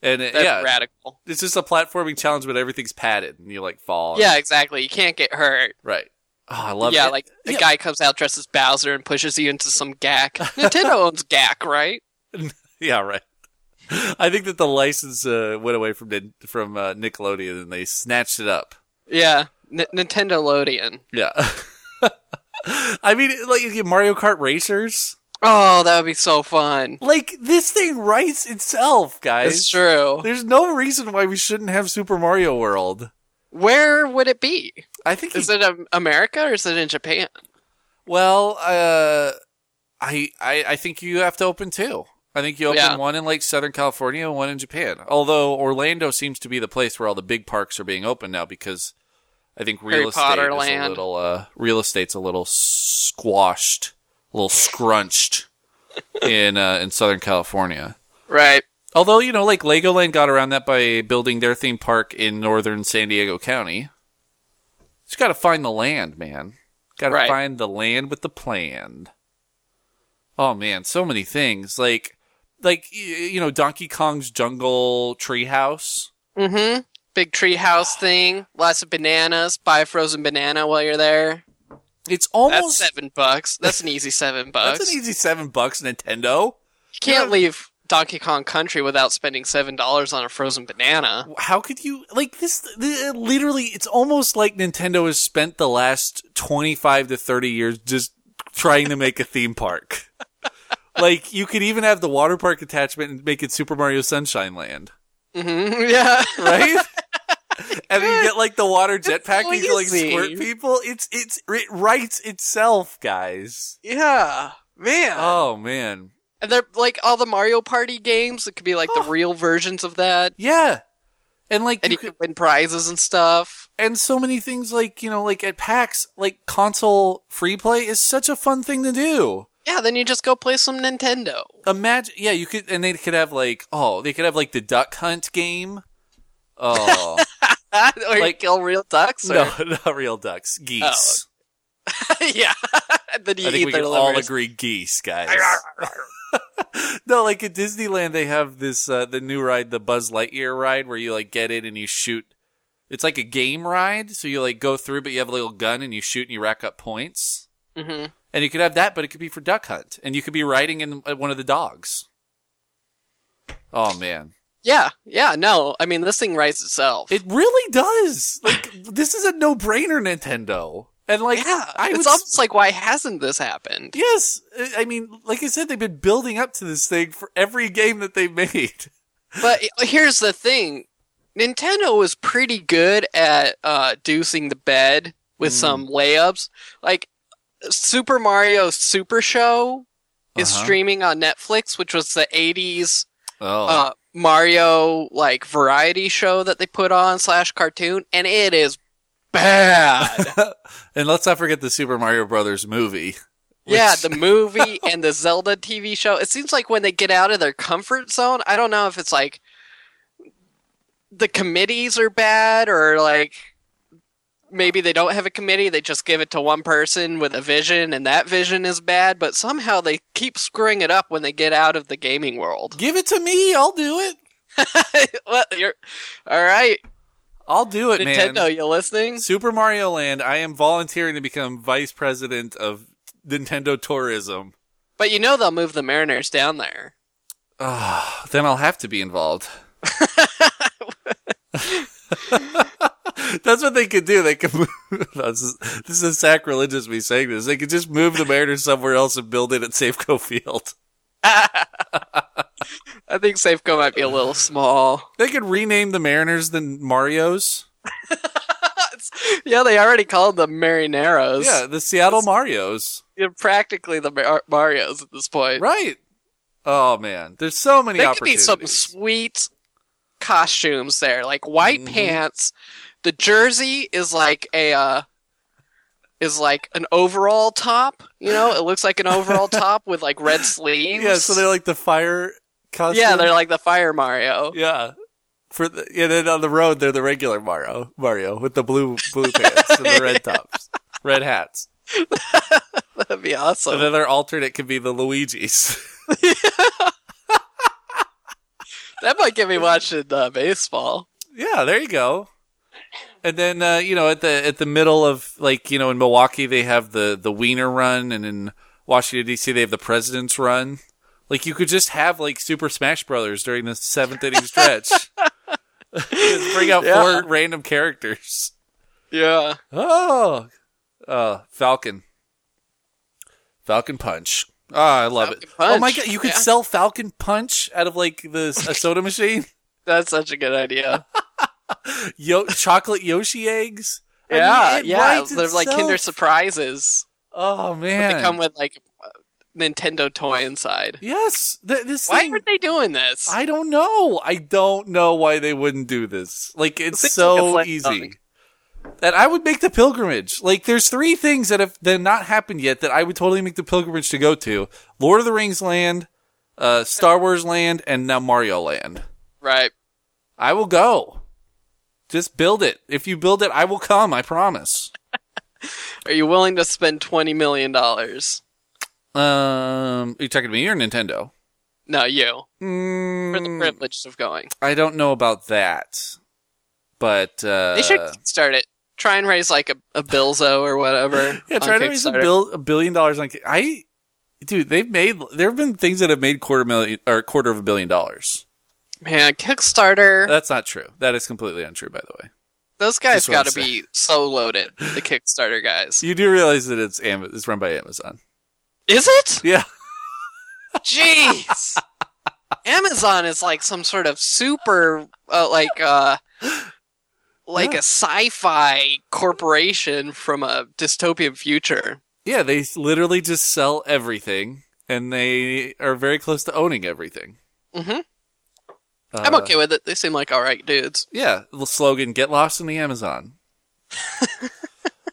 Speaker 1: And it,
Speaker 2: That's
Speaker 1: yeah,
Speaker 2: radical.
Speaker 1: it's just a platforming challenge, but everything's padded and you like fall.
Speaker 2: Yeah, exactly. You can't get hurt.
Speaker 1: right. Oh, I love it.
Speaker 2: yeah, like the
Speaker 1: Yeah.
Speaker 2: guy comes out dressed as Bowser and pushes you into some
Speaker 1: (laughs)
Speaker 2: gack. Nintendo owns gack, right?
Speaker 1: (laughs) Yeah, right. (laughs) I think that the license uh, went away from Nin- from uh, Nickelodeon and they snatched it up.
Speaker 2: Yeah, N- Nintendo Lodian.
Speaker 1: Yeah. (laughs) I mean, like you get Mario Kart Racers.
Speaker 2: Oh, that would be so fun.
Speaker 1: Like this thing writes itself, guys.
Speaker 2: It's true.
Speaker 1: There's no reason why we shouldn't have Super Mario World.
Speaker 2: Where would it be?
Speaker 1: I think.
Speaker 2: Is
Speaker 1: he-
Speaker 2: it um, America or is it in Japan?
Speaker 1: well, uh, I, I I think you have to open two. I think you open
Speaker 2: Yeah.
Speaker 1: one in like Southern California and one in Japan. Although Orlando seems to be the place where all the big parks are being open now because I think real
Speaker 2: Harry
Speaker 1: estate
Speaker 2: Potter
Speaker 1: is a
Speaker 2: land.
Speaker 1: little uh, real estate's a little squashed, a little
Speaker 2: (laughs)
Speaker 1: scrunched in uh, in Southern California.
Speaker 2: Right.
Speaker 1: Although you know, like Legoland got around that by building their theme park in northern San Diego County. Just got to find the land, man. Got to
Speaker 2: Right.
Speaker 1: find the land with the plan. Oh man, so many things like, like y- you know, Donkey Kong's Jungle Treehouse.
Speaker 2: Mm-hmm. Big treehouse thing. Lots of bananas. Buy a frozen banana while you're there.
Speaker 1: It's
Speaker 2: That's
Speaker 1: almost
Speaker 2: seven bucks. That's an easy seven bucks.
Speaker 1: that's an easy seven bucks, Nintendo.
Speaker 2: you can't leave Donkey Kong Country without spending seven dollars on a frozen banana.
Speaker 1: How could you like this? th- literally, it's almost like Nintendo has spent the last twenty-five to thirty years just trying to make a theme park. (laughs) like you could even have the water park attachment and make it Super Mario Sunshine Land, (laughs)
Speaker 2: Mm-hmm. Yeah. (laughs)
Speaker 1: right? and you get like the water jetpack and you can, like
Speaker 2: easy.
Speaker 1: squirt people. It's it's it writes itself, guys.
Speaker 2: Yeah. Man.
Speaker 1: Oh man,
Speaker 2: Uh, and they're like all the Mario Party games. It could be like
Speaker 1: Oh.
Speaker 2: the real versions of that.
Speaker 1: yeah. And like
Speaker 2: And
Speaker 1: you
Speaker 2: you could win prizes and stuff.
Speaker 1: and so many things like you know like at pax like console free play is such a fun thing to do
Speaker 2: Yeah, then you just go play some Nintendo. (laughs)
Speaker 1: imagine yeah you could and they could have like oh they could have like the duck hunt game oh
Speaker 2: or you
Speaker 1: Like-
Speaker 2: kill real ducks. Or...
Speaker 1: Oh, no not real ducks geese
Speaker 2: (laughs) yeah. (laughs) and then you
Speaker 1: I
Speaker 2: eat
Speaker 1: think we
Speaker 2: their
Speaker 1: can all
Speaker 2: livers.
Speaker 1: agree geese,
Speaker 2: (laughs)
Speaker 1: guys. (laughs) no, like at Disneyland, they have this uh, the new ride, the Buzz Lightyear ride, where you like get in and you shoot. It's like a game ride, so you like go through, but you have a little gun and you shoot and you rack up points.
Speaker 2: Mhm.
Speaker 1: And you could have that, but it could be for duck hunt, and you could be riding in uh, one of the dogs. Oh man,
Speaker 2: Yeah, yeah, no. I mean, this thing writes itself.
Speaker 1: it really does. Like this is a no brainer, Nintendo. And like,
Speaker 2: yeah,
Speaker 1: I
Speaker 2: it's
Speaker 1: would s-
Speaker 2: almost like why hasn't this happened?
Speaker 1: Yes, I- I mean, like I said, they've been building up to this thing for every game that they made.
Speaker 2: But here's the thing: Nintendo was pretty good at uh, deucing the bed with
Speaker 1: Mm-hmm.
Speaker 2: some layups. Like Super Mario Super Show is
Speaker 1: Uh-huh.
Speaker 2: streaming on Netflix, which was the '80s
Speaker 1: Oh,
Speaker 2: uh, Mario like variety show that they put on slash cartoon, and it is bad.
Speaker 1: (laughs) and let's not forget the Super Mario Brothers movie.
Speaker 2: yeah,
Speaker 1: which-
Speaker 2: the movie and the Zelda TV show. It seems like when they get out of their comfort zone, I don't know if it's like the committees are bad or like maybe they don't have a committee, they just give it to one person with a vision and that vision is bad, but somehow they keep screwing it up when they get out of the gaming
Speaker 1: (laughs)
Speaker 2: world.
Speaker 1: give it to me. I'll do it.
Speaker 2: well, you're all right,
Speaker 1: I'll do it,
Speaker 2: Nintendo,
Speaker 1: man.
Speaker 2: you listening?
Speaker 1: Super Mario Land. I am volunteering to become vice president of Nintendo Tourism.
Speaker 2: But you know they'll move the Mariners down there.
Speaker 1: Ah, then I'll have to be involved. That's what they could do. They could move. (laughs) This is, this is sacrilegious me saying this. They could just move the Mariners somewhere else and build it at Safeco Field.
Speaker 2: I think Safeco might be a little small. (laughs)
Speaker 1: They could rename the Mariners the Marios.
Speaker 2: yeah, they already called them Marineros.
Speaker 1: Yeah, the Seattle Marios.
Speaker 2: They're practically the Mar- Marios at this point.
Speaker 1: Right. Oh man, there's so many
Speaker 2: There could be
Speaker 1: opportunities.
Speaker 2: some sweet costumes there, like white
Speaker 1: Mhm.
Speaker 2: pants. The jersey is like a uh, is like an overall top. You know, it looks like
Speaker 1: (laughs)
Speaker 2: an overall top with like red sleeves.
Speaker 1: yeah, so they're like the fire costume.
Speaker 2: yeah, they're like the Fire Mario.
Speaker 1: (laughs) yeah. For the, and then on the road they're the regular Mario, Mario with the blue blue pants and the red tops, red hats.
Speaker 2: That'd be
Speaker 1: And
Speaker 2: awesome.
Speaker 1: then their alternate could be the Luigi's. (laughs)
Speaker 2: That might get me watching uh, baseball.
Speaker 1: yeah, there you go. And then uh, you know at the at the middle of like you know in Milwaukee they have the the Wiener Run and in Washington D.C. they have the President's Run. Like you could just have like Super Smash Brothers during the seventh inning stretch. (laughs) just bring out
Speaker 2: Yeah.
Speaker 1: four random characters.
Speaker 2: Yeah.
Speaker 1: Oh, uh, Falcon, Falcon Punch. Ah, I love it.
Speaker 2: Falcon Punch,
Speaker 1: Oh my god, you could
Speaker 2: yeah.
Speaker 1: sell Falcon Punch out of like the a soda machine. (laughs)
Speaker 2: That's such a good idea.
Speaker 1: Yo- chocolate Yoshi eggs. (laughs) I mean,
Speaker 2: yeah,
Speaker 1: it
Speaker 2: yeah.
Speaker 1: writes
Speaker 2: They're like
Speaker 1: itself.
Speaker 2: Kinder Surprises.
Speaker 1: Oh
Speaker 2: They
Speaker 1: man,
Speaker 2: come with like a Nintendo toy inside.
Speaker 1: yes. Th- this
Speaker 2: Why
Speaker 1: thing,
Speaker 2: are they doing this?
Speaker 1: I don't know. I don't know why they wouldn't do this. Like it's
Speaker 2: Seems
Speaker 1: so
Speaker 2: like a flat
Speaker 1: easy. And I would make the pilgrimage. Like there's three things that have that have not happened yet that I would totally make the pilgrimage to go to: Lord of the Rings land, uh, Star Wars land, and now Mario land.
Speaker 2: right.
Speaker 1: I will go. Just build it. If you build it, I will come. I promise.
Speaker 2: Are you willing to spend twenty million dollars?
Speaker 1: Um, are you talking to me or Nintendo?
Speaker 2: No, you for the
Speaker 1: Mm,
Speaker 2: privilege of going.
Speaker 1: I don't know about that, but uh,
Speaker 2: They should start it. Try and raise like a, a bilzo or whatever.
Speaker 1: (laughs) Yeah,
Speaker 2: on
Speaker 1: try to raise a,
Speaker 2: Kickstarter.
Speaker 1: bill, a billion dollars on. Ki- I, dude, they've made. There have been things that have made quarter million or quarter of a billion dollars.
Speaker 2: Man, Kickstarter.
Speaker 1: That's not true. That is completely untrue, by the way.
Speaker 2: those guys
Speaker 1: that's what I'm
Speaker 2: got to be so loaded. The Kickstarter
Speaker 1: (laughs)
Speaker 2: guys.
Speaker 1: You do realize that it's Am- it's run by Amazon.
Speaker 2: Is it?
Speaker 1: Yeah,
Speaker 2: Jeez. Amazon is like some sort of super uh, like uh like a sci-fi corporation from a dystopian future.
Speaker 1: yeah. They s- literally just sell everything, and they are very close to owning everything.
Speaker 2: Mhm.
Speaker 1: Uh,
Speaker 2: I'm okay with it. They seem like all right dudes.
Speaker 1: Yeah, the slogan "Get lost in the Amazon."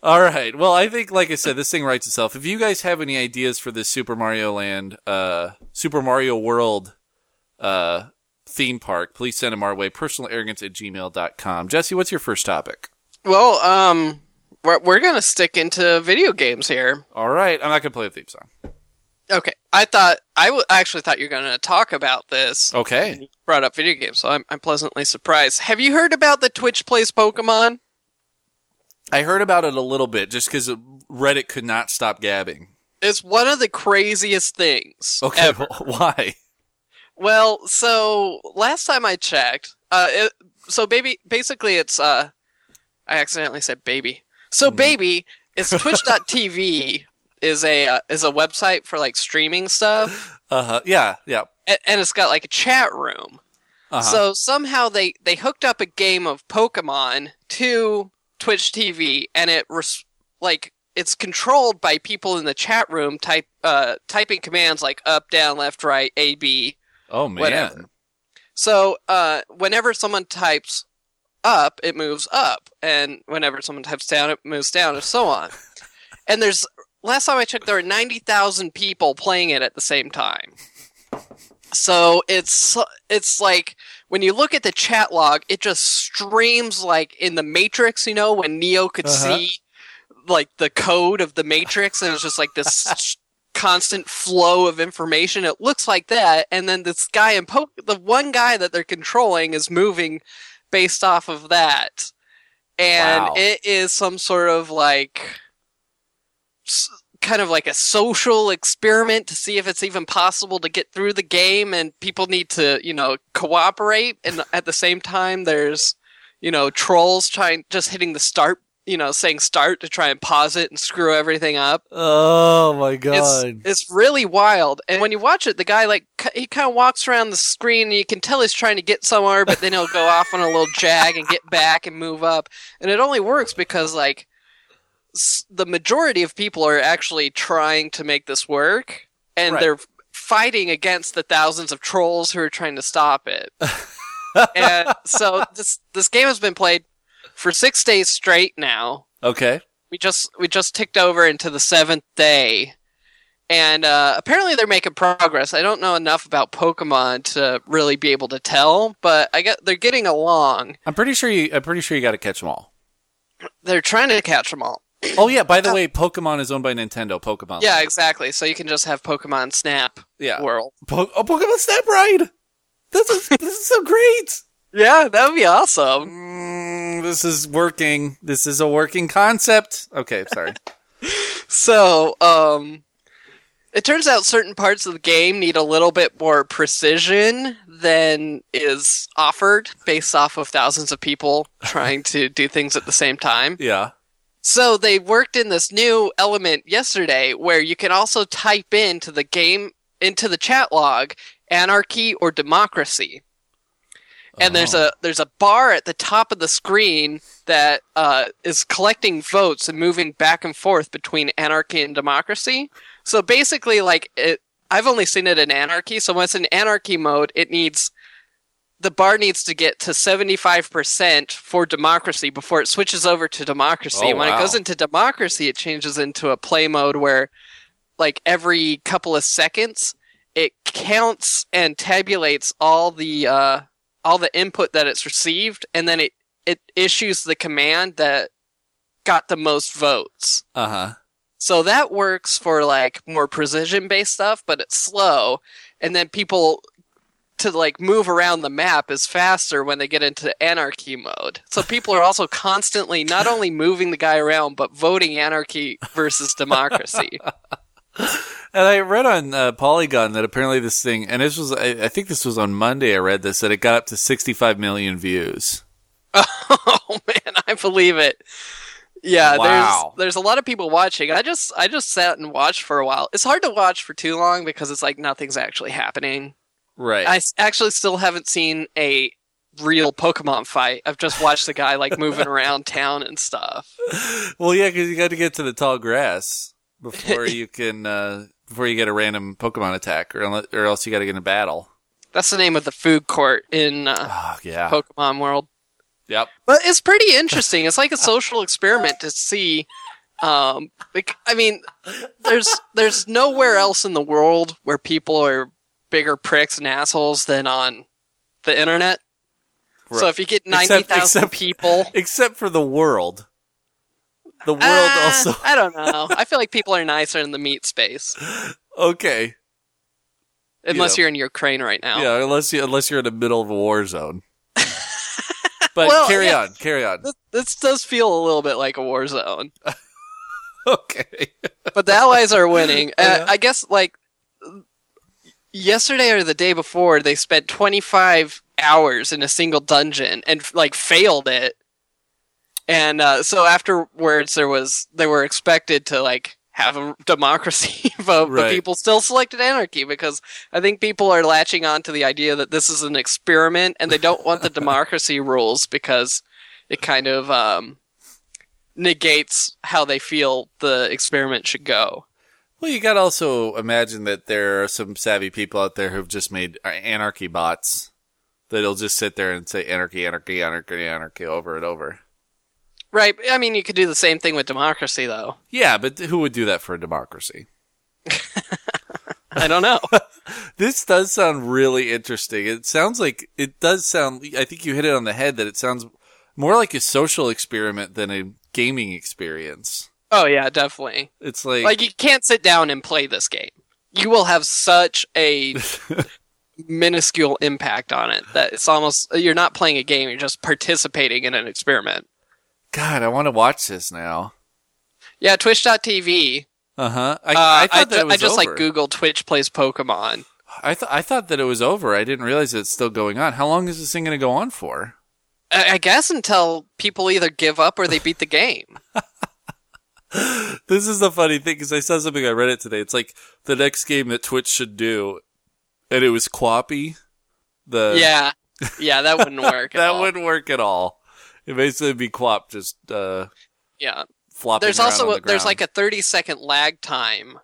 Speaker 1: All right. Well, I think, like I said, this thing writes itself. If you guys have any ideas for this Super Mario Land, uh, Super Mario World uh, theme park, please send them our way. Personalarrogance at gmail.com. Jesse, what's your first topic?
Speaker 2: Well, um We're, we're going to stick into video games here.
Speaker 1: All right, I'm not gonna play the theme song.
Speaker 2: Okay. I thought, I w- actually thought you were going to talk about
Speaker 1: Oh.
Speaker 2: this.
Speaker 1: Okay,
Speaker 2: Brought up video games, so I'm, I'm pleasantly surprised. Have you heard about the Twitch Plays Pokemon?
Speaker 1: I heard about it a little bit just because Reddit could not stop gabbing.
Speaker 2: It's one of the craziest things.
Speaker 1: Okay,
Speaker 2: ever.
Speaker 1: well, (laughs) why?
Speaker 2: Well, so last time I checked, uh, it, so baby, basically it's, uh, I accidentally said baby. So
Speaker 1: Mhm.
Speaker 2: baby, it's twitch.tv is a, uh, is a website for like streaming stuff.
Speaker 1: Uh huh. Yeah, yeah.
Speaker 2: And, and it's got like a chat room.
Speaker 1: Uh-huh.
Speaker 2: So somehow they, they hooked up a game of Pokemon to Twitch TV and it res- like, it's controlled by people in the chat room type, uh, typing commands like up, down, left, right, A, B,
Speaker 1: oh man.
Speaker 2: whatever. So uh, whenever someone types up, it moves up, and whenever someone types down, it moves down, and so on. and there's last time I checked, there were ninety thousand people playing it at the same time. So it's it's like when you look at the chat log, it just streams like in the Matrix, you know, when Neo could
Speaker 1: Uh-huh.
Speaker 2: see like the code of the Matrix, and it's just like this constant flow of information. It looks like that, and then this guy in po- the one guy that they're controlling is moving based off of that, and
Speaker 1: Wow.
Speaker 2: it is some sort of like s- kind of like a social experiment to see if it's even possible to get through the game and people need to you know cooperate and at the same time there's you know trolls trying just hitting the start you know saying start to try and pause it and screw everything up
Speaker 1: Oh my
Speaker 2: it's, it's really wild. And when you watch it, the guy like ki- he kind of walks around the screen, and you can tell he's trying to get somewhere, but then he'll go off on a little jag and get back and move up. And it only works because like s- the majority of people are actually trying to make this work, and
Speaker 1: Right.
Speaker 2: they're fighting against the thousands of trolls who are trying to stop it. and so this this game has been played for six days straight now
Speaker 1: okay.
Speaker 2: we just we just ticked over into the seventh day and uh, apparently they're making progress i don't know enough about pokemon to really be able to tell but i get they're getting along
Speaker 1: I'm pretty sure you. I'm pretty sure you got to catch them all.
Speaker 2: they're trying to catch them all
Speaker 1: Oh yeah. By the way, Pokemon is owned by Nintendo. Pokemon.
Speaker 2: yeah exactly so you can just have pokemon snap
Speaker 1: Yeah.
Speaker 2: world
Speaker 1: Po- oh, Pokemon Snap Ride. This is this is so great.
Speaker 2: yeah that would be awesome
Speaker 1: Mm, this is working. This is a working concept. Okay, sorry.
Speaker 2: so um it turns out certain parts of the game need a little bit more precision than is offered based off of thousands of people trying to do things at the same time
Speaker 1: (laughs) yeah.
Speaker 2: So they worked in this new element yesterday where you can also type into the game into the chat log anarchy or democracy. And there's
Speaker 1: Oh.
Speaker 2: a there's a bar at the top of the screen that uh, is collecting votes and moving back and forth between anarchy and democracy. So basically, like it, I've only seen it in anarchy. So when it's in anarchy mode, it needs the bar needs to get to seventy five percent for democracy before it switches over to democracy.
Speaker 1: Oh,
Speaker 2: when
Speaker 1: wow.
Speaker 2: it goes into democracy, it changes into a play mode where, like every couple of seconds, it counts and tabulates all the uh, all the input that it's received, and then it it issues the command that got the most votes.
Speaker 1: Uh-huh.
Speaker 2: So that works for like more precision based stuff, but it's slow. And then people to like move around the map is faster when they get into anarchy mode. So people are also constantly not only moving the guy around, but voting anarchy versus democracy. (laughs)
Speaker 1: And I read on uh, Polygon that apparently this thing, and this was, I, I think this was on Monday. I read this that it got up to 65 million views.
Speaker 2: oh man, I believe it. Yeah,
Speaker 1: Wow.
Speaker 2: there's there's a lot of people watching. I just I just sat and watched for a while. It's hard to watch for too long because it's like nothing's actually happening.
Speaker 1: Right.
Speaker 2: I s- actually still haven't seen a real Pokemon fight. I've just watched the guy
Speaker 1: (laughs)
Speaker 2: like moving around town and stuff.
Speaker 1: well, yeah, because you got to get to the tall grass
Speaker 2: (laughs)
Speaker 1: before you can uh, before you get a random Pokemon attack, or unle- or else you got to get in a battle.
Speaker 2: That's the name of the food court in uh,
Speaker 1: Oh yeah.
Speaker 2: Pokemon World.
Speaker 1: yep.
Speaker 2: But it's pretty interesting. It's
Speaker 1: (laughs)
Speaker 2: like a social experiment to see. Um, like, I mean, there's there's nowhere else in the world where people are bigger pricks and assholes than on the internet. So
Speaker 1: Right.
Speaker 2: if you get
Speaker 1: Except- (laughs)
Speaker 2: ninety thousand
Speaker 1: except-
Speaker 2: people,
Speaker 1: Except for the world. The world
Speaker 2: Ah,
Speaker 1: also. (laughs)
Speaker 2: I don't know. I feel like people are nicer in the meat space,
Speaker 1: Okay.
Speaker 2: unless
Speaker 1: Yeah.
Speaker 2: you're in Ukraine right now.
Speaker 1: Yeah, unless you unless you're in the middle of a war
Speaker 2: (laughs)
Speaker 1: zone. But
Speaker 2: Well,
Speaker 1: carry
Speaker 2: yeah.
Speaker 1: on, carry
Speaker 2: (laughs)
Speaker 1: on.
Speaker 2: This, this does feel a little bit like a war zone,
Speaker 1: Okay.
Speaker 2: but the Allies are winning.
Speaker 1: (laughs) Oh,
Speaker 2: Uh,
Speaker 1: yeah?
Speaker 2: I guess like yesterday or the day before, they spent 25 hours in a single dungeon and like failed it. And uh, so afterwards, there was they were expected to like have a democracy (laughs) vote, but
Speaker 1: Right.
Speaker 2: people still selected anarchy because I think people are latching on to the idea that this is an experiment and they don't want the democracy rules because it kind of um, negates how they feel the experiment should go.
Speaker 1: Well, you got to also imagine that there are some savvy people out there who've just made uh, anarchy bots that'll just sit there and say anarchy, anarchy, anarchy, anarchy over and over.
Speaker 2: Right. I mean, you could do the same thing with democracy, though.
Speaker 1: Yeah, but who would do that for a democracy?
Speaker 2: I don't know.
Speaker 1: This does sound really interesting. It sounds like it does sound. I think you hit it on the head that it sounds more like a social experiment than a gaming experience.
Speaker 2: oh yeah, definitely.
Speaker 1: It's
Speaker 2: Like you can't sit down and play this game. You will have such
Speaker 1: (laughs)
Speaker 2: a minuscule impact on it that it's almost you're not playing a game. You're just participating in an experiment.
Speaker 1: God, I want to watch this now.
Speaker 2: Yeah, Twitch.tv.
Speaker 1: Uh huh. I,
Speaker 2: Uh, I,
Speaker 1: I thought that
Speaker 2: ju-
Speaker 1: it was
Speaker 2: I just
Speaker 1: over.
Speaker 2: like Google Twitch plays Pokemon.
Speaker 1: I thought I thought that it was over. I didn't realize it's still going on. How long is this thing going to go on for?
Speaker 2: I, I guess until people either give up or they beat
Speaker 1: (laughs)
Speaker 2: the game.
Speaker 1: This is the funny thing because I saw something I read it today. It's like the next game that Twitch should do, and it was Quappy. The
Speaker 2: yeah, yeah,
Speaker 1: (laughs)
Speaker 2: that wouldn't work. at
Speaker 1: Uh. that
Speaker 2: all.
Speaker 1: wouldn't work at all. It basically would be Quap just uh,
Speaker 2: Yeah,
Speaker 1: flopping.
Speaker 2: there's
Speaker 1: around
Speaker 2: also
Speaker 1: on the
Speaker 2: a- there's
Speaker 1: ground.
Speaker 2: like a 30 second lag time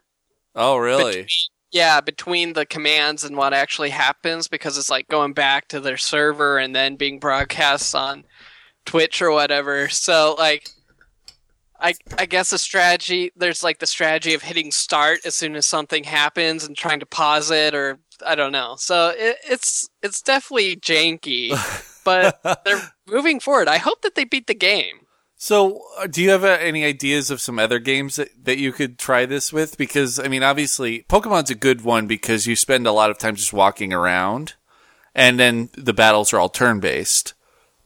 Speaker 1: oh really?
Speaker 2: Between, yeah, between the commands and what actually happens because it's like going back to their server and then being broadcast on Twitch or whatever. So like I I guess the strategy there's like the strategy of hitting start as soon as something happens and trying to pause it or I don't know. So it, it's it's definitely janky, but they're moving forward. I hope that they beat the game.
Speaker 1: So, uh, do you have uh, any ideas of some other games that, that you could try this with? Because, I mean, obviously, Pokemon's a good one because you spend a lot of time just walking around, and then the battles are all turn based.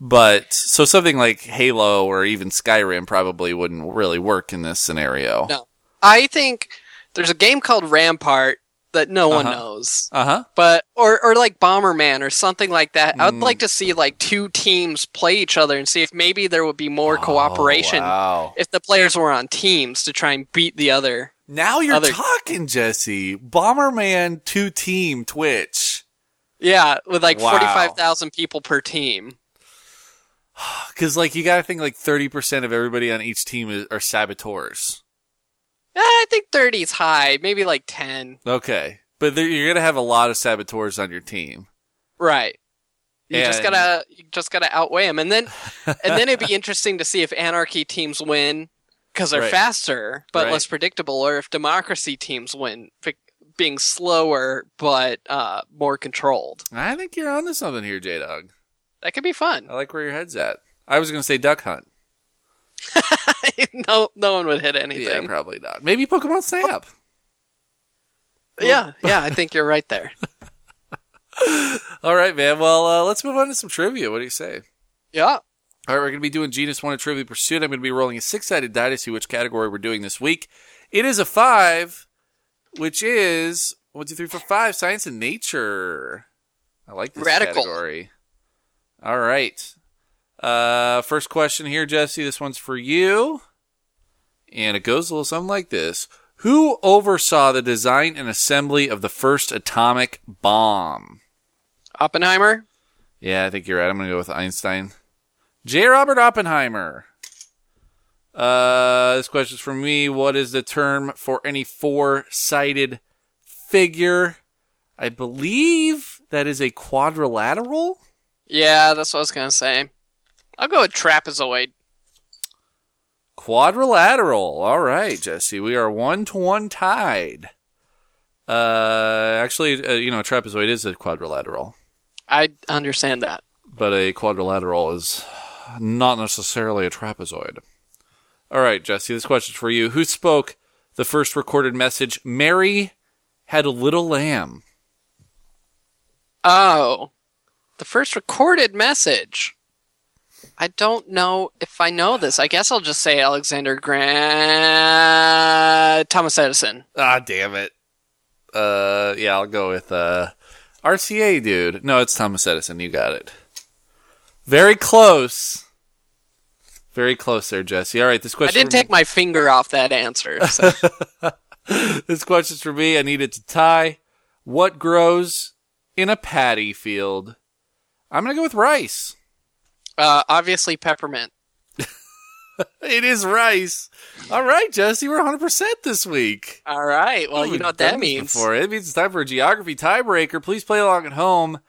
Speaker 1: But, so something like Halo or even Skyrim probably wouldn't really work in this scenario.
Speaker 2: No. I think there's a game called Rampart that no one
Speaker 1: Uh-huh.
Speaker 2: knows.
Speaker 1: Uh huh.
Speaker 2: but or or like Bomberman or something like that. I'd
Speaker 1: Mm.
Speaker 2: like to see like two teams play each other and see if maybe there would be more cooperation
Speaker 1: Oh, wow.
Speaker 2: if the players were on teams to try and beat the other.
Speaker 1: Now you're
Speaker 2: Other-
Speaker 1: talking, Jesse. Bomberman 2 Team Twitch.
Speaker 2: Yeah, with like
Speaker 1: Wow.
Speaker 2: forty-five thousand people per team.
Speaker 1: Because, like, you got to think like 30% of everybody on each team is, are saboteurs.
Speaker 2: Eh, I think thirty's high, maybe like ten.
Speaker 1: Okay. But there, you're going to have a lot of saboteurs on your team.
Speaker 2: Right. You just
Speaker 1: And-
Speaker 2: gotta you just gotta outweigh them, and then and then
Speaker 1: (laughs)
Speaker 2: it'd be interesting to see if anarchy teams win because they're
Speaker 1: Right.
Speaker 2: faster but
Speaker 1: Right.
Speaker 2: less predictable, or if democracy teams win fi- being slower but uh, more controlled.
Speaker 1: I think you're onto something here, J Dog.
Speaker 2: That could be fun.
Speaker 1: I like where your head's at. I was going to say Duck Hunt.
Speaker 2: (laughs) no, no one would hit
Speaker 1: Yeah,
Speaker 2: anything.
Speaker 1: probably not. Maybe Pokemon Snap.
Speaker 2: Yeah, yeah, I think you're right
Speaker 1: (laughs)
Speaker 2: there.
Speaker 1: All right, man. Well, uh, let's move on to some trivia. What do you say?
Speaker 2: Yeah.
Speaker 1: All right, we're going to be doing Genus 1 of Trivia Pursuit. I'm going to be rolling a six sided die to see which category we're doing this week. It is a five, which is one, two, three, four, five, science and nature. I like this
Speaker 2: Radical.
Speaker 1: category. All right. Uh, first question here, Jesse. This one's for you. And it goes a little something like this Who oversaw the design and assembly of the first atomic bomb?
Speaker 2: Oppenheimer.
Speaker 1: Yeah, I think you're right. I'm going to go with Einstein. J. Robert Oppenheimer. Uh, this question's for me. What is the term for any four sided figure? I believe that is a quadrilateral.
Speaker 2: Yeah, that's what I was gonna say. I'll go with trapezoid.
Speaker 1: Quadrilateral. All right, Jesse. We are one to one tied. Uh, actually, uh, you know, a trapezoid is a quadrilateral,
Speaker 2: I understand that.
Speaker 1: but a quadrilateral is not necessarily a trapezoid. All right, Jesse, this question's for you. Who spoke the first recorded message? Mary had a little lamb.
Speaker 2: Oh, the first recorded message. I don't know if I know this. I guess I'll just say Alexander Grant Thomas Edison.
Speaker 1: Ah, damn it. Uh, yeah, I'll go with uh, RCA, dude. No, it's Thomas Edison. You got it. Very close. Very close there, Jesse. All right, this
Speaker 2: I
Speaker 1: question.
Speaker 2: didn't take my finger off that answer. So.
Speaker 1: (laughs) this question's for me. I needed to tie. What grows in a paddy field? I'm gonna go with rice.
Speaker 2: uh, obviously, peppermint.
Speaker 1: It is rice. All right, Jesse, we're 100 percent this week.
Speaker 2: All right. Well, Oh, you
Speaker 1: We've
Speaker 2: know what
Speaker 1: done
Speaker 2: that
Speaker 1: this
Speaker 2: means.
Speaker 1: Before. It means it's time Oh, for a geography tiebreaker. Please play along at home.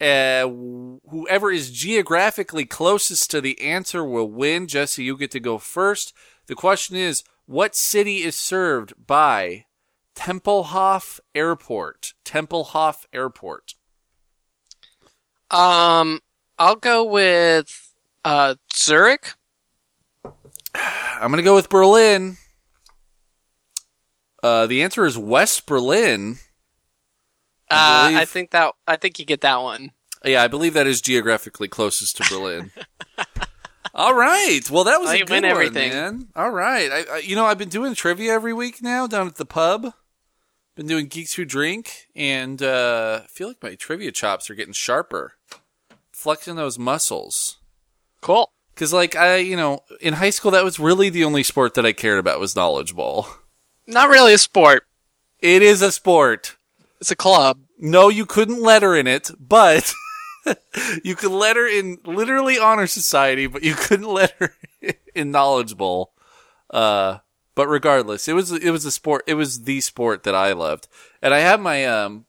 Speaker 1: Uh, wh- whoever is geographically closest to the answer will win. Jesse, you get to go first. The question is what city is served by Tempelhof Airport? Tempelhof Airport.
Speaker 2: Um, I'll go with uh, Zurich.
Speaker 1: I'm going to go with Berlin. Uh, the answer is West Berlin. I
Speaker 2: Uh,
Speaker 1: believe-
Speaker 2: I think that I think you get that one.
Speaker 1: Yeah, I believe that is geographically closest to Berlin. All right. Well, that was
Speaker 2: I
Speaker 1: a
Speaker 2: win
Speaker 1: good one,
Speaker 2: everything.
Speaker 1: man. All right. I, I, you know, I've been doing trivia every week now down at the pub. Been doing geeks who drink, and uh, I feel like my trivia chops are getting sharper, flexing those muscles.
Speaker 2: Cool.
Speaker 1: Cause like I, you know, in high school that was really the only sport that I cared about was knowledge ball.
Speaker 2: Not really a sport.
Speaker 1: It is a sport.
Speaker 2: It's a club.
Speaker 1: No, you couldn't letter in it, but (laughs) you could letter in literally honor society, but you couldn't (laughs) letter in knowledge bowl. Uh, but regardless, it was it was a sport. It was the sport that I loved, and I have my um,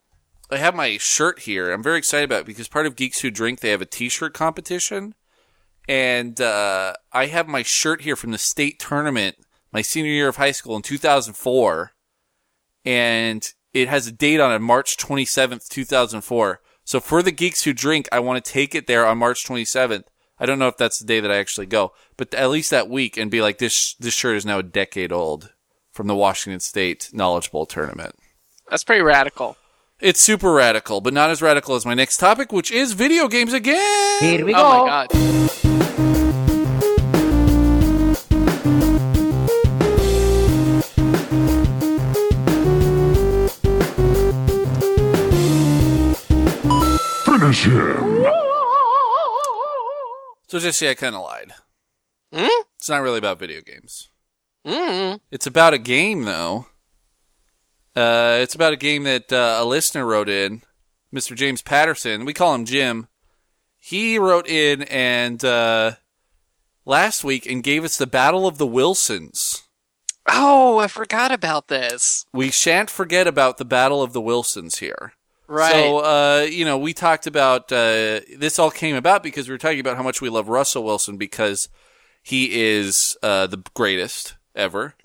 Speaker 1: I have my shirt here. I'm very excited about it because part of Geeks Who Drink they have a T-shirt competition, and uh, I have my shirt here from the state tournament my senior year of high school in 2004 and it has a date on it, March 27th, 2004. So for the geeks who drink, I want to take it there on March 27th. I don't know if that's the day that I actually go, but at least that week and be like, this, this shirt is now a decade old from the Washington State Knowledge Bowl tournament.
Speaker 2: That's pretty radical.
Speaker 1: It's super radical, but not as radical as my next topic, which is video games again.
Speaker 3: Here we go.
Speaker 2: Oh my god.
Speaker 4: Finish him.
Speaker 1: So Jesse, I kind of lied.
Speaker 2: Hmm?
Speaker 1: It's not really about video games.
Speaker 2: Mm.
Speaker 1: It's about a game, though. Uh, it's about a game that uh, a listener wrote in, Mr. James Patterson. We call him Jim. He wrote in and uh, last week and gave us the Battle of the Wilsons.
Speaker 2: Oh, I forgot about this.
Speaker 1: We shan't forget about the Battle of the Wilsons here.
Speaker 2: Right.
Speaker 1: So, uh, you know, we talked about uh, this all came about because we were talking about how much we love Russell Wilson because he is uh, the greatest ever.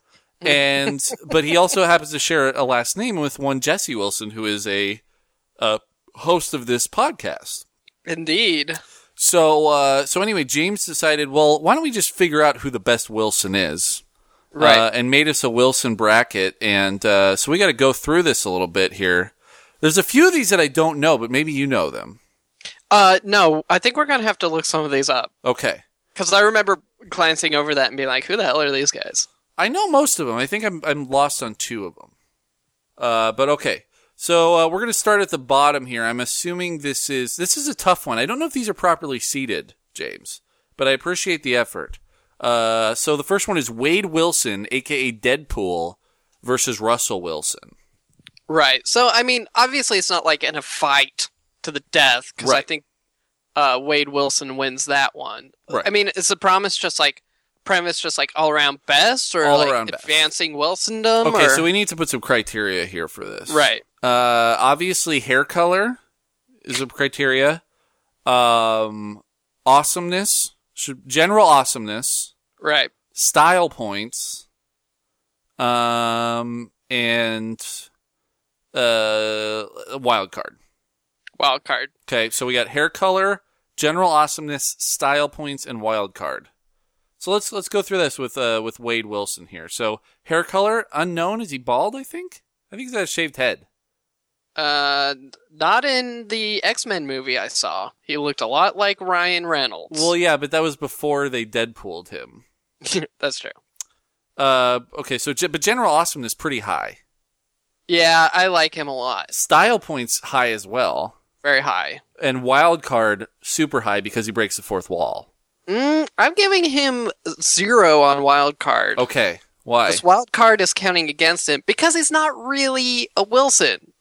Speaker 1: And, but he also happens to share a last name with one Jesse Wilson, who is a uh, host of this podcast.
Speaker 2: Indeed.
Speaker 1: So, uh, so anyway, James decided, well, why don't we just figure out who the best Wilson is?
Speaker 2: Right.
Speaker 1: Uh, and made us a Wilson bracket. And uh, so we got to go through this a little bit here. There's a few of these that I don't know, but maybe you know them.
Speaker 2: Uh, no, I think we're gonna have to look some of these up
Speaker 1: Okay.
Speaker 2: because I remember glancing over that and being like, "Who the hell are these guys?"
Speaker 1: I know most of them. I think I'm, I'm lost on two of them. Uh, but okay. So uh, we're going to start at the bottom here. I'm assuming this is this is a tough one. I don't know if these are properly seated, James, but I appreciate the effort. Uh, so the first one is Wade Wilson, aka Deadpool, versus Russell Wilson.
Speaker 2: Right. So I mean, obviously, it's not like in a fight to the death because I
Speaker 1: Right.
Speaker 2: think uh, Wade Wilson wins that one.
Speaker 1: Right.
Speaker 2: I mean, is the promise just like premise just like all around best or
Speaker 1: All
Speaker 2: like
Speaker 1: around best.
Speaker 2: advancing Wilsondom?
Speaker 1: Okay,
Speaker 2: or...
Speaker 1: so we need to put some criteria here for this.
Speaker 2: right.
Speaker 1: Uh, obviously, hair color is a criteria. Um, awesomeness, should, general awesomeness.
Speaker 2: Right.
Speaker 1: style points um and uh wild card
Speaker 2: Wild card.
Speaker 1: okay so we got hair color general awesomeness style points and wild card So let's let's go through this with uh with Wade Wilson here. So hair color unknown. Is he bald? I think. I think he's got a shaved head.
Speaker 2: Uh, not in the X Men movie I saw. He looked a lot like Ryan Reynolds.
Speaker 1: Well, yeah, but that was before they Deadpooled him.
Speaker 2: (laughs) that's true.
Speaker 1: Uh, okay, so ge- but general awesomeness pretty high.
Speaker 2: Yeah, I like him a lot.
Speaker 1: Style points high as well,
Speaker 2: Very high.
Speaker 1: and wild card super high because he breaks the fourth wall.
Speaker 2: Mm, I'm giving him zero on wild card.
Speaker 1: Okay, why?
Speaker 2: This wild card is counting against him because he's not really a Wilson.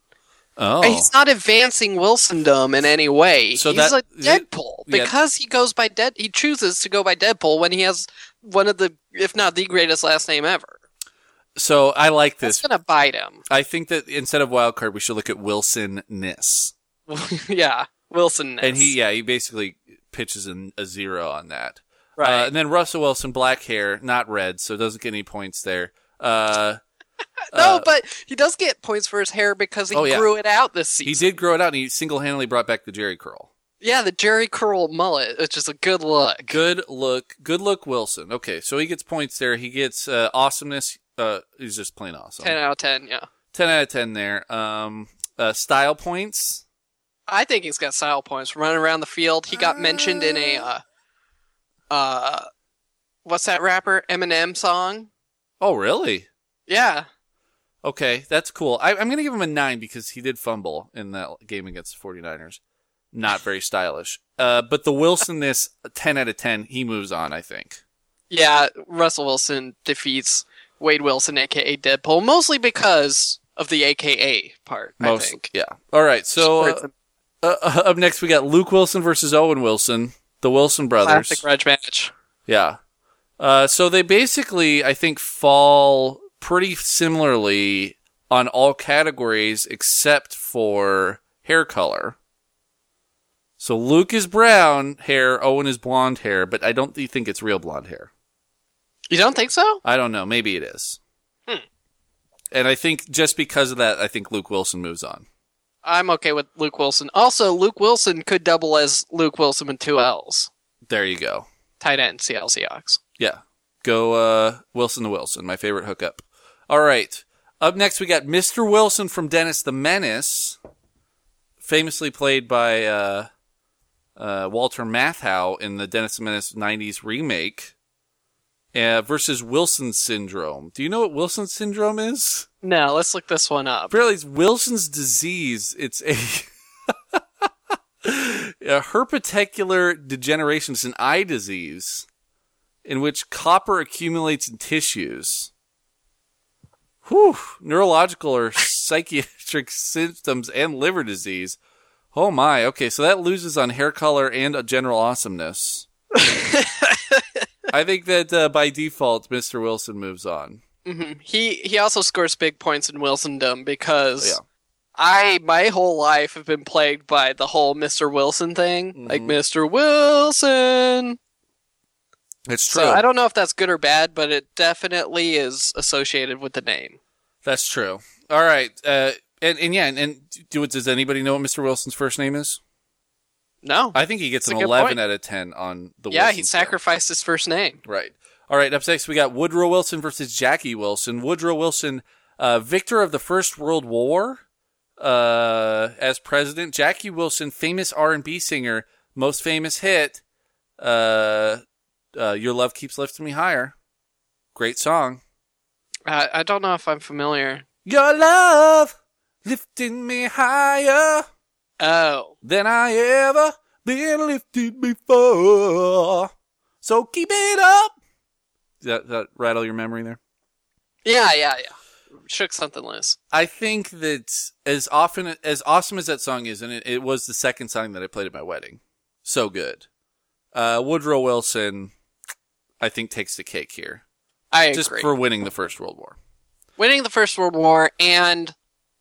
Speaker 1: Oh,
Speaker 2: And He's not advancing Wilsondom in any way.
Speaker 1: So
Speaker 2: he's
Speaker 1: that-
Speaker 2: a Deadpool
Speaker 1: yeah.
Speaker 2: because he goes by Dead. He chooses to go by Deadpool when he has one of the, if not the greatest last name ever.
Speaker 1: so I like
Speaker 2: That's
Speaker 1: this.
Speaker 2: gonna bite him. (laughs)
Speaker 1: I think that instead of wild card, we should look at Wilson Ness.
Speaker 2: yeah, Wilson.
Speaker 1: And he, yeah, he basically pitches an, a zero on that.
Speaker 2: right.
Speaker 1: Uh, and then Russell Wilson, black hair, not red, so doesn't get any points there. Uh,
Speaker 2: (laughs) no,
Speaker 1: uh,
Speaker 2: but he does get points for his hair because he
Speaker 1: Oh, yeah.
Speaker 2: grew it out this season.
Speaker 1: he did grow it out, and he single handedly brought back the Jerry curl.
Speaker 2: Yeah, the Jerry Curl mullet, which is a good look.
Speaker 1: Good look, good look, Wilson. Okay, so he gets points there. He gets uh, awesomeness. Uh, he's just plain awesome.
Speaker 2: Ten out of ten. Yeah,
Speaker 1: 10 out of ten there. Um, uh, style points.
Speaker 2: I think he's got style points from running around the field. He got mentioned in a, uh, uh, what's that rapper Eminem song?
Speaker 1: Oh, really?
Speaker 2: Yeah,
Speaker 1: Okay, that's cool. I, I'm going to give him a 9 because he did fumble in that game against the 49ers. Not very stylish. Uh, but the Wilson this 10 out of 10, he moves on, I think.
Speaker 2: yeah. Russell Wilson defeats Wade Wilson, aka Deadpool, mostly because of the AKA part. I
Speaker 1: Most,
Speaker 2: think.
Speaker 1: Yeah. All right, so
Speaker 2: Or
Speaker 1: uh,
Speaker 2: it's a
Speaker 1: uh, up next we got Luke Wilson versus Owen Wilson, the Wilson brothers.
Speaker 2: classic grudge match.
Speaker 1: Yeah. Uh, so they basically, I think, fall pretty similarly on all categories except for hair color. So Luke is brown hair, Owen is blonde hair, but I don't th- think it's real blonde hair.
Speaker 2: You don't think so?
Speaker 1: I don't know. Maybe it is. And I think just because of that, I think Luke Wilson moves on.
Speaker 2: I'm okay with Luke Wilson. Also, Luke Wilson could double as Luke Wilson with two L's.
Speaker 1: There you go.
Speaker 2: Tight end, Seattle Seahawks.
Speaker 1: Yeah. Go uh, Wilson to Wilson, my favorite hookup. All right. Up next, we got Mr. Wilson from Dennis the Menace, famously played by uh, uh, Walter Matthau in the Dennis the Menace 90s remake, uh, versus Wilson Syndrome. Do you know what Wilson Syndrome is?
Speaker 2: No, let's look this one up.
Speaker 1: Apparently, it's Wilson's disease. It's a. (laughs) a herpeticular degeneration is an eye disease in which copper accumulates in tissues. Whew. Neurological or psychiatric symptoms and liver disease. Oh my. Okay, so that loses on hair color and a general
Speaker 2: (laughs)
Speaker 1: awesomeness. I think that uh, by default, Mr. Wilson moves on.
Speaker 2: hmm He he also scores big points in Wilsondom
Speaker 1: Oh,
Speaker 2: because
Speaker 1: Yeah.
Speaker 2: I my whole life have been plagued by the whole Mr. Wilson thing, like
Speaker 1: Mhm.
Speaker 2: Mr. Wilson.
Speaker 1: It's
Speaker 2: So I don't know if that's good or bad, but it definitely is associated with the name.
Speaker 1: That's true. All right. Uh, and, and yeah, and, and do, does anybody know what Mr. Wilson's first name is?
Speaker 2: No,
Speaker 1: I think he gets
Speaker 2: That's
Speaker 1: an
Speaker 2: a good
Speaker 1: 11
Speaker 2: point.
Speaker 1: out of 10 on the
Speaker 2: yeah,
Speaker 1: Wilson
Speaker 2: he
Speaker 1: scale.
Speaker 2: sacrificed his first name.
Speaker 1: Right. All right. Up next, we got Woodrow Wilson versus Jackie Wilson. Woodrow Wilson, uh, victor of the First World War, uh, as president. Jackie Wilson, famous R and B singer, most famous hit, uh, uh, "Your Love Keeps Lifting Me Higher." Great song.
Speaker 2: I, I don't know if I'm familiar.
Speaker 1: Your love lifting me higher
Speaker 2: Oh,
Speaker 1: than I ever been lifted before. So keep it up. Does that, that rattle your memory there?
Speaker 2: Yeah, yeah, yeah. Shook something loose.
Speaker 1: I think that as often as awesome as that song is, and it, it was the second song that I played at my wedding. So good. Uh, Woodrow Wilson, I think, takes the cake here
Speaker 2: I
Speaker 1: just
Speaker 2: agree.
Speaker 1: for winning the First World War.
Speaker 2: Winning the First World War and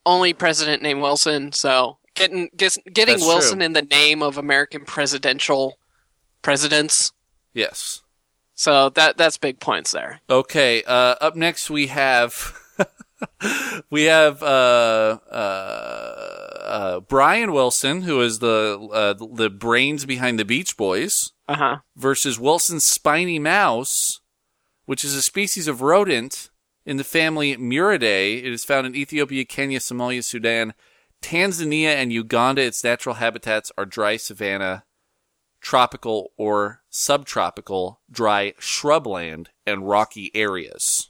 Speaker 2: only president named Wilson, so getting gets, getting
Speaker 1: That's
Speaker 2: Wilson
Speaker 1: true.
Speaker 2: in the name of American presidential presidents.
Speaker 1: Yes.
Speaker 2: So that that's big points there.
Speaker 1: Okay. Uh, up next we have (laughs) we have uh, uh, uh, Brian Wilson, who is the uh, the brains behind the Beach Boys.
Speaker 2: Uh huh.
Speaker 1: versus Wilson's spiny mouse, which is a species of rodent in the family Muridae. It is found in Ethiopia, Kenya, Somalia, Sudan, Tanzania, and Uganda. Its natural habitats are dry savanna, tropical or subtropical, dry shrubland, and rocky areas.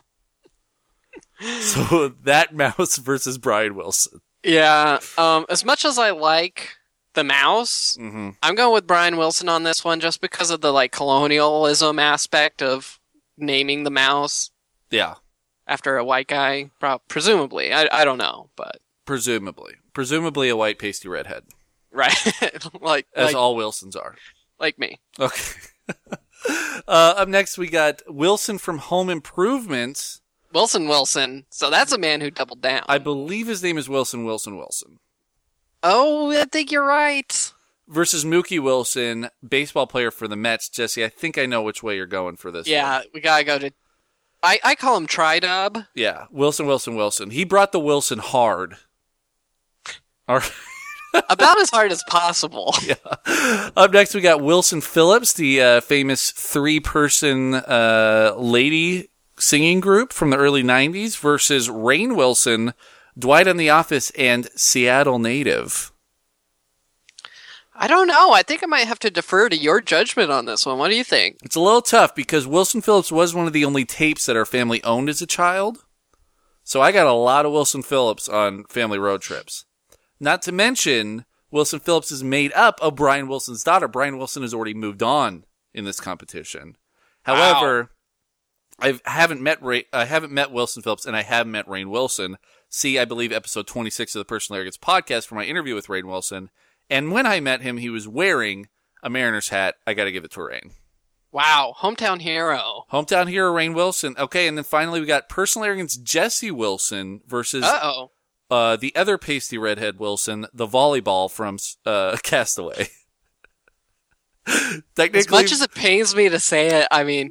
Speaker 1: so that mouse versus Brian Wilson.
Speaker 2: Yeah. Um, as much as I like the mouse,
Speaker 1: Mm-hmm.
Speaker 2: I'm going with Brian Wilson on this one just because of the like colonialism aspect of naming the mouse
Speaker 1: Yeah,
Speaker 2: after a white guy, prob- presumably. I, I don't know, but (laughs)
Speaker 1: presumably. Presumably a white, pasty redhead,
Speaker 2: right, like
Speaker 1: as
Speaker 2: like,
Speaker 1: all Wilsons are.
Speaker 2: like me.
Speaker 1: Okay. (laughs) uh, up next, we got Wilson from Home Improvement.
Speaker 2: Wilson Wilson. So that's a man who doubled down.
Speaker 1: I believe his name is Wilson Wilson Wilson
Speaker 2: oh, I think you're right.
Speaker 1: versus Mookie Wilson, baseball player for the Mets. Jesse, I think I know which way you're going for this. one.
Speaker 2: Yeah, we gotta go to. I I call
Speaker 1: (laughs)
Speaker 2: him Tridub.
Speaker 1: yeah. Wilson Wilson Wilson. He brought the Wilson hard. All right.
Speaker 2: about as hard as possible.
Speaker 1: Up next, we got Wilson Phillips, the uh, famous three person uh, lady singing group from the early 90s, versus Rain Wilson, Dwight on The Office, and Seattle native.
Speaker 2: I don't know. I think I might have to defer to your judgment on this one. What do you think?
Speaker 1: It's a little tough because Wilson Phillips was one of the only tapes that our family owned as a child. So I got a lot of Wilson Phillips on family road trips. Not to mention, Wilson Phillips is made up of Brian Wilson's daughter. Brian Wilson has already moved on in this competition. However, I've- I haven't met Ray, I haven't met Wilson Phillips, and I have met Rain Wilson. See, I believe episode twenty six of the Personal Arrogance podcast for my interview with Rain Wilson. And when I met him, he was wearing a Mariners hat. I got to give it to Rain.
Speaker 2: Wow, hometown hero.
Speaker 1: Hometown hero Rain Wilson. Okay, and then finally we got personal arrogance Jesse Wilson versus
Speaker 2: Uh
Speaker 1: uh,
Speaker 2: oh.
Speaker 1: the other pasty redhead Wilson, the volleyball from uh, (laughs) Castaway. Technically,
Speaker 2: As much as it pains me to say it, I mean,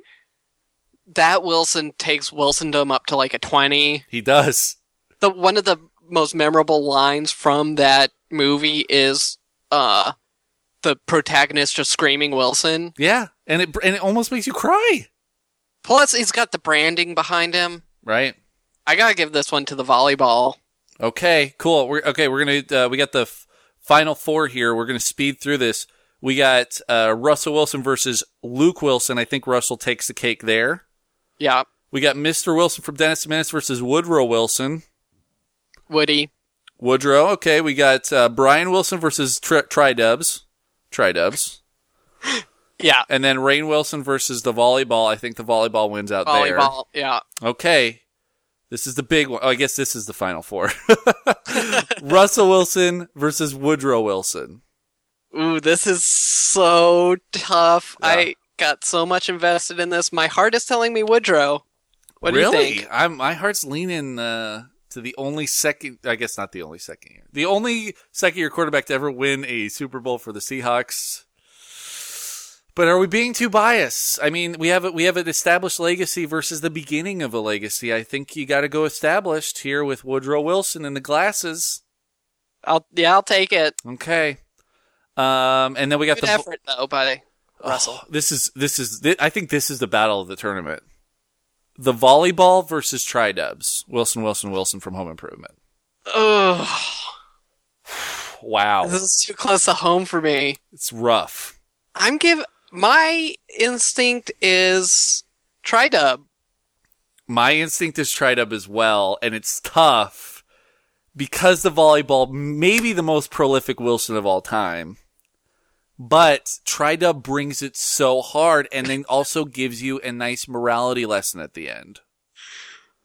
Speaker 2: that Wilson takes Wilsondom up to like a twenty.
Speaker 1: he does.
Speaker 2: The one of the most memorable lines from that movie is uh the protagonist just screaming Wilson.
Speaker 1: Yeah, and it and it almost makes you cry,
Speaker 2: Plus, he's got the branding behind him.
Speaker 1: right?
Speaker 2: I gotta give this one to the volleyball.
Speaker 1: Okay, cool. We're okay. We're gonna uh, we got the f- final four here. We're gonna speed through this. We got uh, Russell Wilson versus Luke Wilson. I think Russell takes the cake there.
Speaker 2: Yeah,
Speaker 1: We got Mr. Wilson from Dennis Menace versus Woodrow Wilson.
Speaker 2: Woody.
Speaker 1: Woodrow. Okay, we got uh, Brian Wilson versus tri- Tri Dubs. Tri Dubs.
Speaker 2: Yeah,
Speaker 1: And then Rain Wilson versus the volleyball. I think the volleyball wins out
Speaker 2: volleyball. Yeah.
Speaker 1: there. Okay. This is the big one. Oh, I guess this is the final four. (laughs) Russell Wilson versus Woodrow Wilson.
Speaker 2: Ooh, this is so tough.
Speaker 1: Yeah.
Speaker 2: I got so much invested in this. My heart is telling me Woodrow. What do
Speaker 1: really?
Speaker 2: you think?
Speaker 1: I'm, my heart's leaning uh, to the only second, I guess not the only second year, the only second year quarterback to ever win a Super Bowl for the Seahawks. But are we being too biased? I mean, we have a, we have an established legacy versus the beginning of a legacy. I think you got to go established here with Woodrow Wilson and the glasses.
Speaker 2: I'll yeah, I'll take it.
Speaker 1: Okay. Um, and then we got
Speaker 2: Good
Speaker 1: the
Speaker 2: effort though by Russell.
Speaker 1: this is this is thi- I think this is the battle of the tournament. The volleyball versus tri dubs. Wilson, Wilson, Wilson from Home Improvement.
Speaker 2: Ugh,
Speaker 1: Wow,
Speaker 2: this is too close to home for me.
Speaker 1: it's rough.
Speaker 2: I'm give my instinct is try dub.
Speaker 1: My instinct is tri dub as well, and it's tough because the volleyball may be the most prolific Wilson of all time, but tri dub brings it so hard, and then also gives you a nice morality lesson at the end.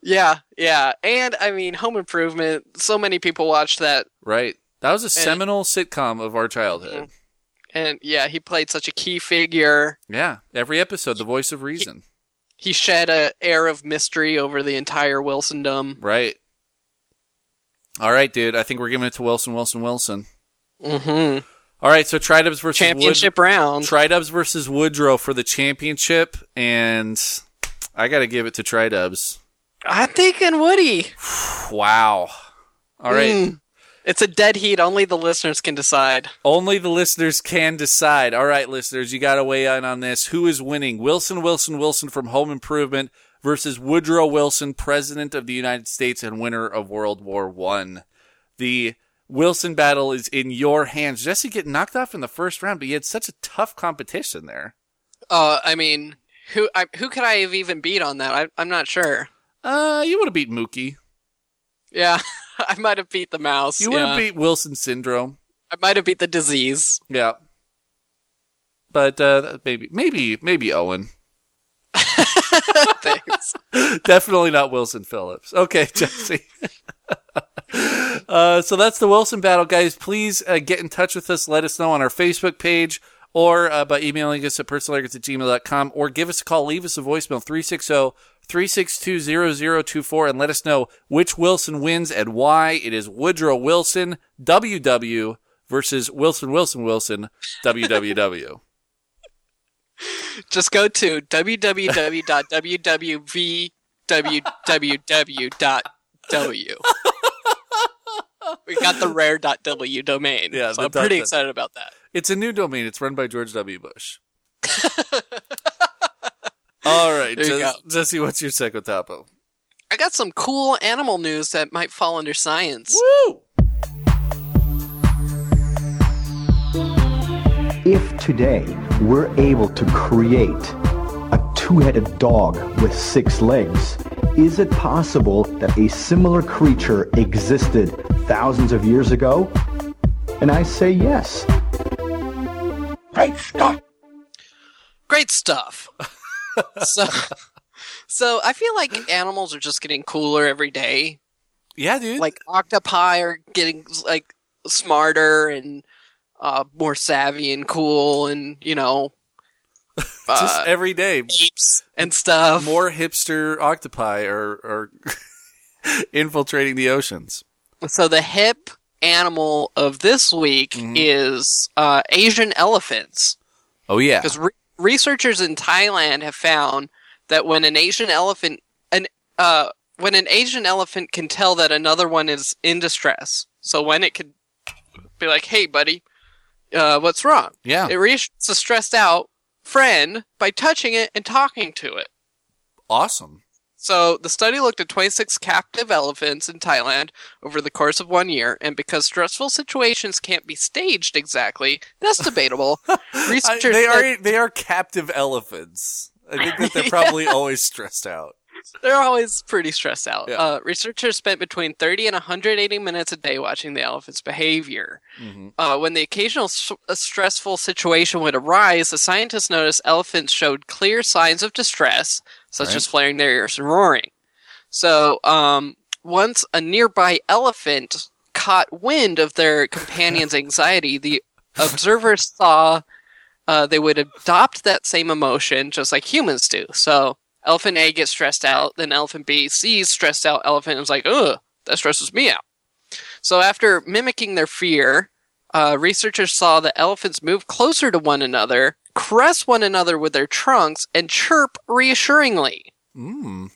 Speaker 2: Yeah, yeah. And I mean home improvement, so many people watched that
Speaker 1: Right? That was a seminal sitcom of our childhood.
Speaker 2: and yeah, he played such a key figure.
Speaker 1: Yeah, every episode, the voice of reason.
Speaker 2: He shed a air of mystery over the entire Wilsondom.
Speaker 1: Right. All right, dude. I think we're giving it to Wilson, Wilson, Wilson.
Speaker 2: Mm-hmm.
Speaker 1: All right, so Tridubs versus
Speaker 2: championship
Speaker 1: Wood-
Speaker 2: round.
Speaker 1: Tridubs versus Woodrow for the championship, and I got to give it to Tridubs.
Speaker 2: I'm thinking Woody.
Speaker 1: Wow. All right.
Speaker 2: Mm. It's a dead heat. Only the listeners can decide.
Speaker 1: Only the listeners can decide. All right, listeners, you got to weigh in on this. Who is winning? Wilson, Wilson, Wilson from Home Improvement versus Woodrow Wilson, President of the United States and winner of World War One. The Wilson battle is in your hands. Jesse get knocked off in the first round, but he had such a tough competition there.
Speaker 2: Uh, I mean, who I, who could I have even beat on that? I, I'm not sure.
Speaker 1: Uh, you would have beat Mookie.
Speaker 2: Yeah, (laughs) I might have beat the mouse.
Speaker 1: You would
Speaker 2: yeah.
Speaker 1: have beat Wilson syndrome.
Speaker 2: I might have beat the disease.
Speaker 1: Yeah. But uh, maybe, maybe, maybe Owen.
Speaker 2: Thanks.
Speaker 1: (laughs) Definitely not Wilson Phillips. Okay, (laughs) Jesse. uh, so that's the Wilson battle, guys. Please uh, get in touch with us. Let us know on our Facebook page or uh, by emailing us at personalargets at gmail.com or give us a call. Leave us a voicemail 360 362 0024 and let us know which Wilson wins and why. It is Woodrow Wilson, WW, versus Wilson, Wilson, Wilson, WWW.
Speaker 2: Just go to www.wwvwww.w. We got the rare dot .w domain.
Speaker 1: Yeah,
Speaker 2: so
Speaker 1: the
Speaker 2: I'm pretty
Speaker 1: dot-
Speaker 2: excited about that.
Speaker 1: It's a new domain. It's run by George W.
Speaker 2: (laughs)
Speaker 1: Bush. All right,
Speaker 2: There you
Speaker 1: Jes- Jesse, what's your second topo?
Speaker 2: I got some cool animal news that might fall under science.
Speaker 1: Woo!
Speaker 3: If today we're able to create a two-headed dog with six legs, is it possible that a similar creature existed thousands of years ago? And I say yes. Great stuff.
Speaker 1: (laughs)
Speaker 2: Great stuff. so, so I feel like animals are just getting cooler every day.
Speaker 1: Yeah, dude.
Speaker 2: like octopi are getting like smarter and uh, more savvy and cool and you know
Speaker 1: (laughs) just
Speaker 2: uh,
Speaker 1: every day,
Speaker 2: apes and stuff
Speaker 1: more hipster octopi are, are (laughs) infiltrating the oceans.
Speaker 2: so the hip animal of this week
Speaker 1: Mm-hmm.
Speaker 2: is uh, asian elephants
Speaker 1: Oh yeah,
Speaker 2: because re- researchers in thailand have found that when an asian elephant an uh, when an asian elephant can tell that another one is in distress so when it could be like hey buddy uh, what's wrong
Speaker 1: yeah.
Speaker 2: It reassures a stressed out friend by touching it and talking to it.
Speaker 1: awesome.
Speaker 2: So the study looked at 26 captive elephants in Thailand over the course of one year, and because stressful situations can't be staged exactly, that's debatable.
Speaker 1: I-
Speaker 2: researchers
Speaker 1: they
Speaker 2: said
Speaker 1: are they are captive elephants. I think that
Speaker 2: (laughs)
Speaker 1: they're probably always stressed out.
Speaker 2: they're always pretty stressed out.
Speaker 1: Yeah.
Speaker 2: Uh, researchers spent between 30 and 180 minutes a day watching the elephant's behavior.
Speaker 1: Mhm.
Speaker 2: Uh, when the occasional s- a stressful situation would arise, the scientists noticed elephants showed clear signs of distress, such
Speaker 1: Right.
Speaker 2: as flaring their ears and roaring. So, um, once a nearby elephant caught wind of their companion's anxiety, the observers saw uh, they would adopt that same emotion just like humans do. So, elephant A gets stressed out, then elephant B sees stressed out elephant and is like, ugh, that stresses me out. So, after mimicking their fear, uh, researchers saw that elephants move closer to one another, caress one another with their trunks, and chirp reassuringly.
Speaker 1: Mm.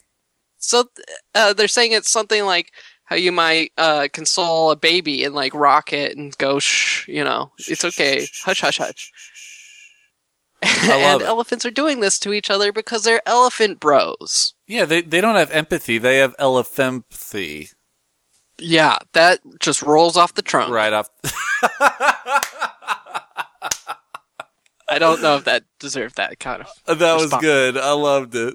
Speaker 2: So th- uh, they're saying it's something like how you might uh, console a baby and like rock it and go, shh, you know, it's okay, hush, hush, hush.
Speaker 1: I love
Speaker 2: (laughs) and
Speaker 1: it.
Speaker 2: elephants are doing this to each other because they're elephant bros.
Speaker 1: Yeah, they they don't have empathy. They have elephempathy.
Speaker 2: Yeah, that just rolls off the trunk.
Speaker 1: Right off. (laughs)
Speaker 2: I don't know if that deserved that kind of.
Speaker 1: that was
Speaker 2: Response.
Speaker 1: good. I loved it.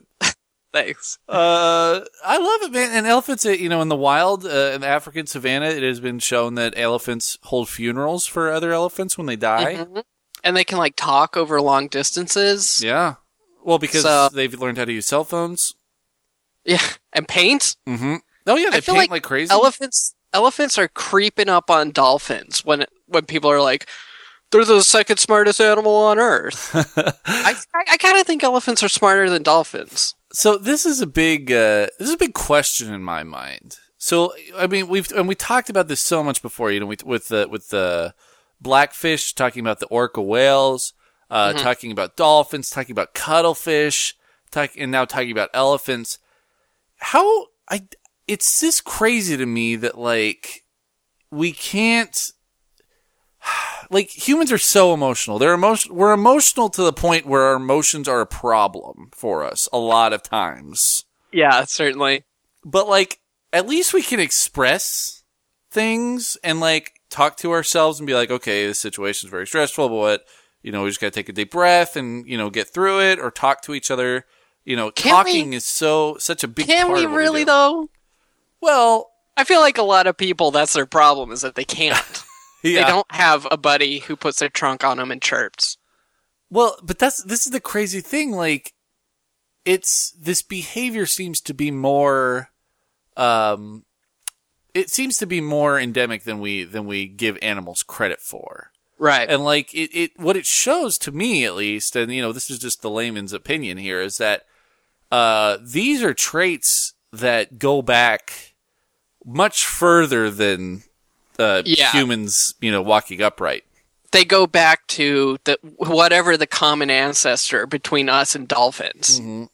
Speaker 2: Thanks.
Speaker 1: Uh, I love it, man. And elephants, uh, you know, in the wild, uh, in the African savannah, it has been shown that elephants hold funerals for other elephants when they die.
Speaker 2: Mhm. And they can like talk over long distances.
Speaker 1: Yeah. Well, because
Speaker 2: So-
Speaker 1: they've learned how to use cell phones.
Speaker 2: Yeah, and paint.
Speaker 1: Mm-hmm. Oh yeah, they
Speaker 2: I feel
Speaker 1: paint like,
Speaker 2: like
Speaker 1: crazy.
Speaker 2: Elephants elephants are creeping up on dolphins when when people are like, "They're the second smartest animal
Speaker 1: (laughs)
Speaker 2: on Earth." I I, I kind of think elephants are smarter than dolphins.
Speaker 1: so this is a big, uh, this is a big question in my mind. So I mean, we've and we talked about this so much before. You know, we, with the with the blackfish, talking about the orca whales, uh, talking about dolphins, talking about cuttlefish, talk, and now talking about elephants. How I it's just crazy to me that like we can't like humans are so emotional. They're emotion we're emotional to the point where our emotions are a problem for us a lot of times.
Speaker 2: Yeah, certainly.
Speaker 1: But like at least we can express things and like talk to ourselves and be like, okay, this situation's very stressful, but you know, we just gotta take a deep breath and, you know, get through it or talk to each other. You know,
Speaker 2: Can
Speaker 1: talking is so such a big
Speaker 2: Can
Speaker 1: part
Speaker 2: we
Speaker 1: of what we
Speaker 2: really
Speaker 1: do.
Speaker 2: though?
Speaker 1: Well,
Speaker 2: I feel like a lot of people that's their problem is that they
Speaker 1: (laughs)
Speaker 2: can't.
Speaker 1: yeah.
Speaker 2: They don't have a buddy who puts their trunk on them and chirps.
Speaker 1: Well, but that's this is the crazy thing. Like, it's this behavior seems to be more, um, it seems to be more endemic than we than we give animals credit for.
Speaker 2: Right.
Speaker 1: And like it, it what it shows to me at least, and you know, this is just the layman's opinion here, is that uh, these are traits that go back much further than uh,
Speaker 2: Yeah.
Speaker 1: humans, you know, walking upright.
Speaker 2: they go back to the whatever the common ancestor between us and dolphins.
Speaker 1: Mm-hmm.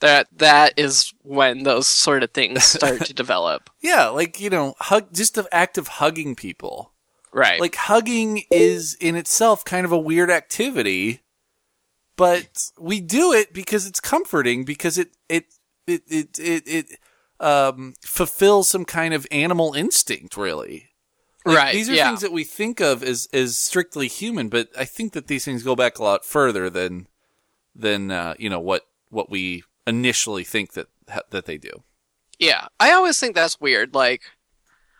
Speaker 2: That that is when those sort of
Speaker 1: (laughs)
Speaker 2: things start to develop.
Speaker 1: Yeah, like you know, hug just the act of hugging people.
Speaker 2: Right.
Speaker 1: like hugging is in itself kind of a weird activity but we do it because it's comforting because it it it it it, it um fulfills some kind of animal instinct really Like,
Speaker 2: right.
Speaker 1: these are
Speaker 2: Uh, yeah.
Speaker 1: things that we think of as as strictly human but i think that these things go back a lot further than than uh you know what what we initially think that that they do
Speaker 2: yeah. I always think that's weird. Like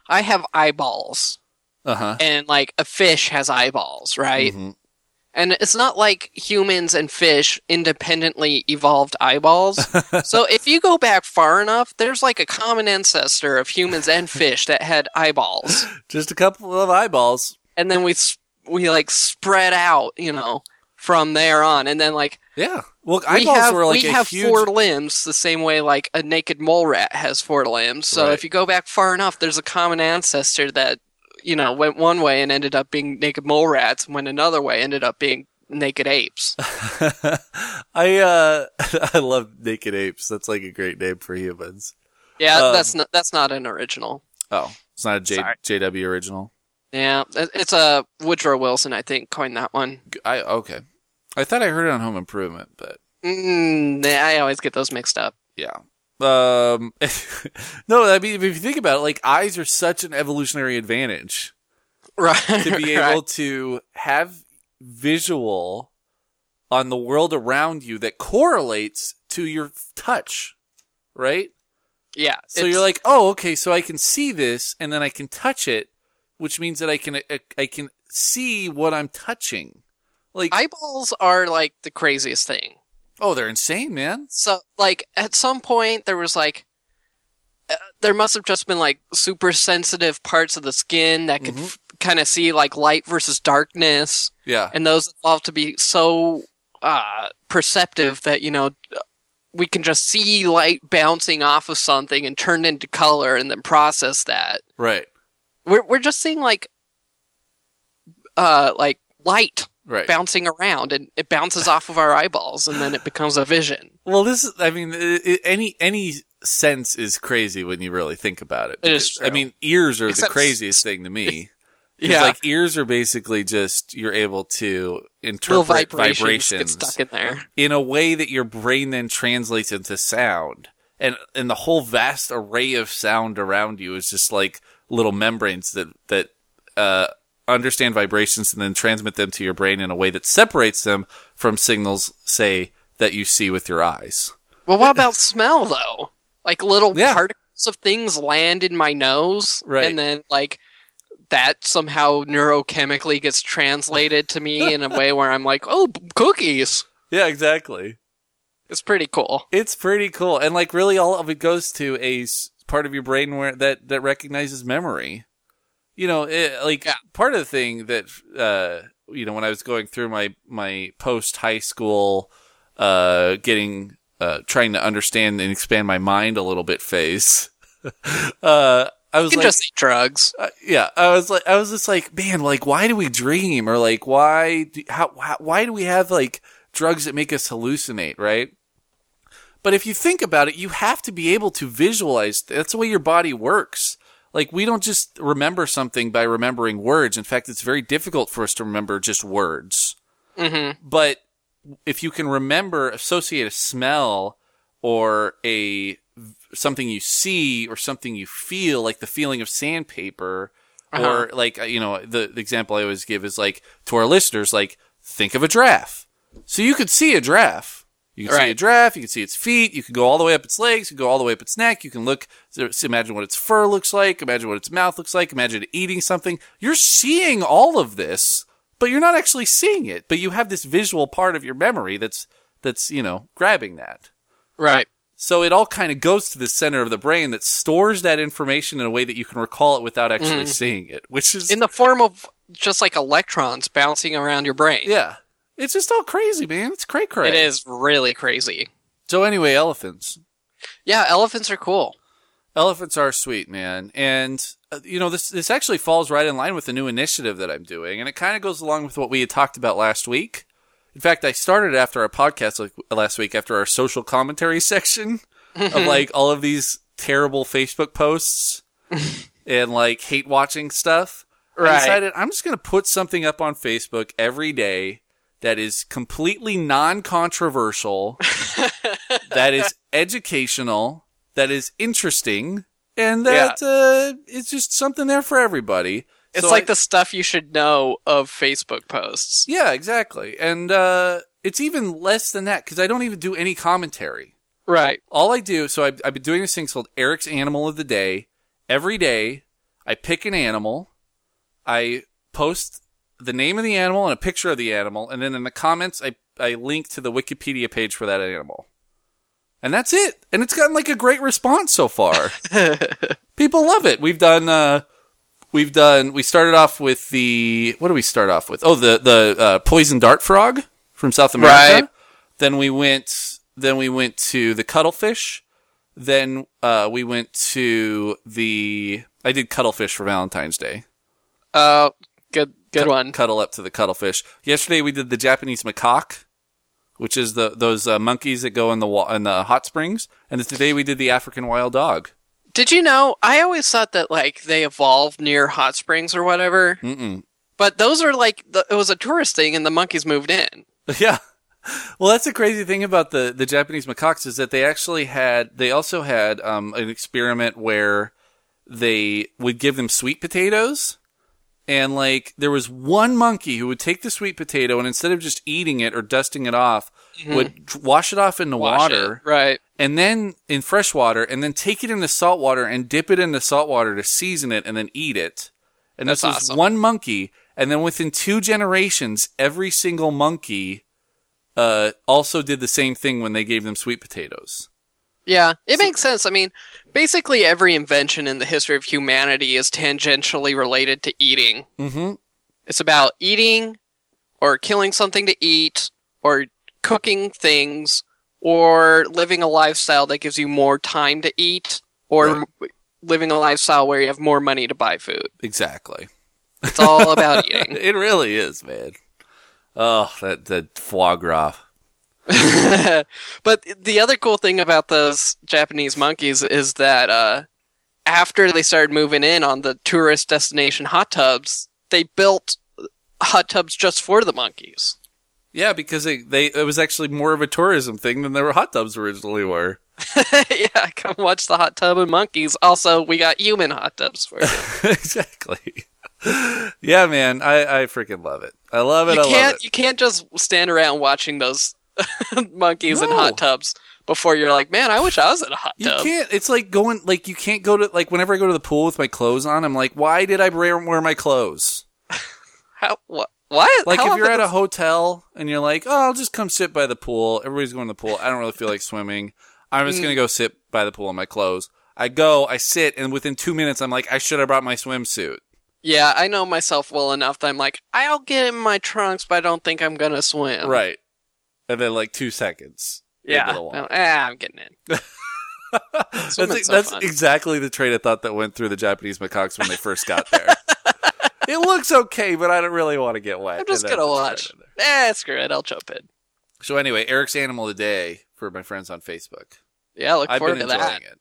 Speaker 2: I have eyeballs
Speaker 1: uh-huh
Speaker 2: and like a fish has eyeballs, right?
Speaker 1: Mhm.
Speaker 2: And it's not like humans and fish independently evolved
Speaker 1: (laughs)
Speaker 2: eyeballs. so if you go back far enough, there's like a common ancestor of humans and fish that had eyeballs.
Speaker 1: just a couple of eyeballs
Speaker 2: and then we s- we like spread out, you know, from there on, and then like
Speaker 1: yeah well
Speaker 2: we
Speaker 1: eyeballs
Speaker 2: have
Speaker 1: were like
Speaker 2: we
Speaker 1: a
Speaker 2: have
Speaker 1: huge
Speaker 2: four limbs the same way like a naked mole rat has four limbs. So
Speaker 1: Right.
Speaker 2: if you go back far enough, there's a common ancestor that you know went one way and ended up being naked mole rats, and went another way ended up being naked apes.
Speaker 1: (laughs) I uh (laughs) I love naked apes. That's like a great name for humans.
Speaker 2: Yeah,
Speaker 1: Um,
Speaker 2: that's not that's not an original.
Speaker 1: Oh, it's not a J-
Speaker 2: Sorry.
Speaker 1: JW original.
Speaker 2: Yeah, it- it's a Woodrow Wilson, I think, coined that one.
Speaker 1: G- I okay. I thought I heard it on Home Improvement, but
Speaker 2: Mm, I always get those mixed up. (laughs)
Speaker 1: yeah. Um (laughs) no, I mean if you think about it, like eyes are such an evolutionary advantage
Speaker 2: Right.
Speaker 1: to (laughs) be
Speaker 2: right.
Speaker 1: able to have visual on the world around you that correlates to your touch, right?
Speaker 2: Yeah.
Speaker 1: So
Speaker 2: it's-
Speaker 1: you're like, oh, okay, so I can see this, and then I can touch it, which means that I can I, I can see what I'm touching. Like,
Speaker 2: eyeballs are like the craziest thing.
Speaker 1: oh, they're insane, man.
Speaker 2: So like at some point there was like uh, there must have just been like super sensitive parts of the skin that could f- kind of see like light versus darkness
Speaker 1: Yeah,
Speaker 2: and those evolved to be so uh perceptive that you know we can just see light bouncing off of something and turn into color and then process that.
Speaker 1: right,
Speaker 2: We're we're just seeing like uh like light
Speaker 1: right.
Speaker 2: bouncing around and it bounces off of our eyeballs and then it becomes a vision.
Speaker 1: well, this is, I mean, i i any any sense is crazy when you really think about it.
Speaker 2: It is
Speaker 1: Because,
Speaker 2: true.
Speaker 1: I mean, ears are
Speaker 2: Except-
Speaker 1: the craziest thing to
Speaker 2: (laughs)
Speaker 1: me. 'Cause,
Speaker 2: Yeah.
Speaker 1: like ears are basically just you're able to
Speaker 2: Little
Speaker 1: interpret
Speaker 2: vibrations, get
Speaker 1: vibrations
Speaker 2: stuck in there.
Speaker 1: in a way that your brain then translates into sound. And and the whole vast array of sound around you is just like little membranes that that uh, understand vibrations and then transmit them to your brain in a way that separates them from signals, say that you see with your eyes.
Speaker 2: Well, what about smell though? Like little
Speaker 1: Yeah.
Speaker 2: particles of things land in my nose,
Speaker 1: Right.
Speaker 2: and then like that somehow neurochemically gets translated to me in a way where I'm like, oh, b- cookies.
Speaker 1: Yeah, exactly.
Speaker 2: It's pretty cool.
Speaker 1: It's pretty cool, and like really, all of it goes to a s- part of your brain where that that recognizes memory. You know, it, like
Speaker 2: Yeah.
Speaker 1: part of the thing that uh, you know when I was going through my my post high school, uh, getting uh, trying to understand and expand my mind a little bit phase. (laughs) uh, I
Speaker 2: You
Speaker 1: was
Speaker 2: can
Speaker 1: like,
Speaker 2: just eat drugs.
Speaker 1: uh, yeah, I was like, I was just like, man, like, why do we dream, or like, why, do, how, how, why do we have like drugs that make us hallucinate, right? But if you think about it, you have to be able to visualize. That's the way your body works. like we don't just remember something by remembering words. In fact, it's very difficult for us to remember just words.
Speaker 2: Mm-hmm.
Speaker 1: But if you can remember, associate a smell or a something you see or something you feel, like the feeling of sandpaper,
Speaker 2: Uh-huh.
Speaker 1: or like you know the, the example I always give is like to our listeners, like think of a giraffe. So you could see a giraffe. You can see a
Speaker 2: Right.
Speaker 1: giraffe. You can see its feet. You can go all the way up its legs. You can go all the way up its neck. You can look, so- so imagine what its fur looks like. Imagine what its mouth looks like. Imagine it eating something. You're seeing all of this, but you're not actually seeing it. But you have this visual part of your memory that's that's you know grabbing that.
Speaker 2: Right.
Speaker 1: So it all kind of goes to the center of the brain that stores that information in a way that you can recall it without actually seeing it, which is
Speaker 2: Mm-hmm. In the form of just like electrons bouncing around your brain.
Speaker 1: yeah, it's just all crazy, man. It's cray cray.
Speaker 2: It is really crazy.
Speaker 1: So anyway, elephants.
Speaker 2: Yeah, elephants are cool.
Speaker 1: Elephants are sweet, man, and uh, you know this. This actually falls right in line with the new initiative that I'm doing, and it kind of goes along with what we had talked about last week. In fact, I started after our podcast like, last week after our social commentary (laughs) section
Speaker 2: (laughs)
Speaker 1: of like all of these terrible Facebook posts and like hate watching stuff. I
Speaker 2: Right.
Speaker 1: decided I'm just going to put something up on Facebook every day that is completely non
Speaker 2: (laughs)
Speaker 1: controversial, that is educational, that is interesting, and that uh, it's just something there for everybody.
Speaker 2: It's
Speaker 1: So
Speaker 2: like
Speaker 1: I-
Speaker 2: the stuff you should know of Facebook posts.
Speaker 1: Yeah, exactly. And uh, it's even less than that because I don't even do any commentary.
Speaker 2: Right.
Speaker 1: all I do, so I've, I've been doing this thing called Eric's Animal of the Day. Every day, I pick an animal, I post the name of the animal and a picture of the animal, and then in the comments, I, I link to the Wikipedia page for that animal. And that's it. And it's gotten like a great response so far. People love it. We've done, uh, we've done, we started off with the, what do we start off with? Oh, the, the, uh, poison dart frog from South America.
Speaker 2: Right.
Speaker 1: Then we went. Then we went to the cuttlefish. Then uh, we went to the. I did cuttlefish for Valentine's Day.
Speaker 2: Uh, good good one.
Speaker 1: Cuddle up to the cuttlefish. Yesterday we did the Japanese macaque, which is the those uh, monkeys that go in the wa- in the hot springs. And then today we did the African wild dog. (laughs)
Speaker 2: Did you know? I always thought that like they evolved near hot springs or whatever,
Speaker 1: Mm-mm.
Speaker 2: but those are like the, it was a tourist thing, and the monkeys moved in.
Speaker 1: Yeah. Well, that's the crazy thing about the, the Japanese macaques is that they actually had, they also had um, an experiment where they would give them sweet potatoes. And like, there was one monkey who would take the sweet potato and instead of just eating it or dusting it off, would dr- wash it off in the
Speaker 2: Mm-hmm. Wash it.
Speaker 1: water
Speaker 2: right?
Speaker 1: and then in fresh water and then take it into salt water and dip it into salt water to season it and then eat it. And this
Speaker 2: That's
Speaker 1: was
Speaker 2: awesome.
Speaker 1: one monkey. And then within two generations, every single monkey uh, also did the same thing when they gave them sweet potatoes.
Speaker 2: Yeah, it makes sense. I mean, basically every invention in the history of humanity is tangentially related to eating.
Speaker 1: Mm-hmm.
Speaker 2: It's about eating, or killing something to eat, or cooking things, or living a lifestyle that gives you more time to eat, or
Speaker 1: Right.
Speaker 2: m- living a lifestyle where you have more money to buy food.
Speaker 1: Exactly.
Speaker 2: It's all about eating.
Speaker 1: It really is, man. Oh, that, that foie gras.
Speaker 2: but the other cool thing about those Japanese monkeys is that uh, after they started moving in on the tourist destination hot tubs, they built hot tubs just for the monkeys.
Speaker 1: Yeah, because they, they it was actually more of a tourism thing than their hot tubs originally were.
Speaker 2: (laughs) yeah, come watch the hot tub and monkeys. Also, we got human hot tubs
Speaker 1: (laughs)
Speaker 2: for you.
Speaker 1: exactly. yeah, man, I, I freaking love it. I love it.
Speaker 2: you
Speaker 1: I love it.
Speaker 2: can't you can't just stand around watching those (laughs) monkeys in
Speaker 1: No.
Speaker 2: hot tubs before you're like, man, I wish I was in a hot
Speaker 1: You
Speaker 2: tub.
Speaker 1: can't. It's like going. Like you can't go to. Like whenever I go to the pool with my clothes on, I'm like, why did I wear, wear my clothes?
Speaker 2: How what? What?
Speaker 1: Like
Speaker 2: How
Speaker 1: if you're
Speaker 2: often
Speaker 1: at a hotel and you're like, oh, I'll just come sit by the pool. Everybody's going to the pool. I don't really feel like swimming. I'm
Speaker 2: Mm.
Speaker 1: just gonna go sit by the pool in my clothes. I go, I sit, and within two minutes, I'm like, I should have brought my swimsuit.
Speaker 2: Yeah, I know myself well enough that I'm like, I'll get in my trunks, but I don't think I'm gonna swim.
Speaker 1: Right. And then like two seconds. you're
Speaker 2: Oh. Yeah.
Speaker 1: into the water.
Speaker 2: Well, ah, I'm getting in.
Speaker 1: That's, e,
Speaker 2: Swimming's so
Speaker 1: that's
Speaker 2: fun.
Speaker 1: exactly the train of thought that went through the Japanese macaques when they first got
Speaker 2: (laughs)
Speaker 1: there. it looks okay, but I don't really want to get wet.
Speaker 2: I'm just
Speaker 1: And that's
Speaker 2: gonna
Speaker 1: what's
Speaker 2: watch.
Speaker 1: right in there.
Speaker 2: Eh, screw it. I'll jump in.
Speaker 1: So anyway, Eric's animal of the day for my friends on Facebook.
Speaker 2: Yeah, look
Speaker 1: I've
Speaker 2: forward
Speaker 1: been
Speaker 2: to
Speaker 1: enjoying
Speaker 2: that.
Speaker 1: it.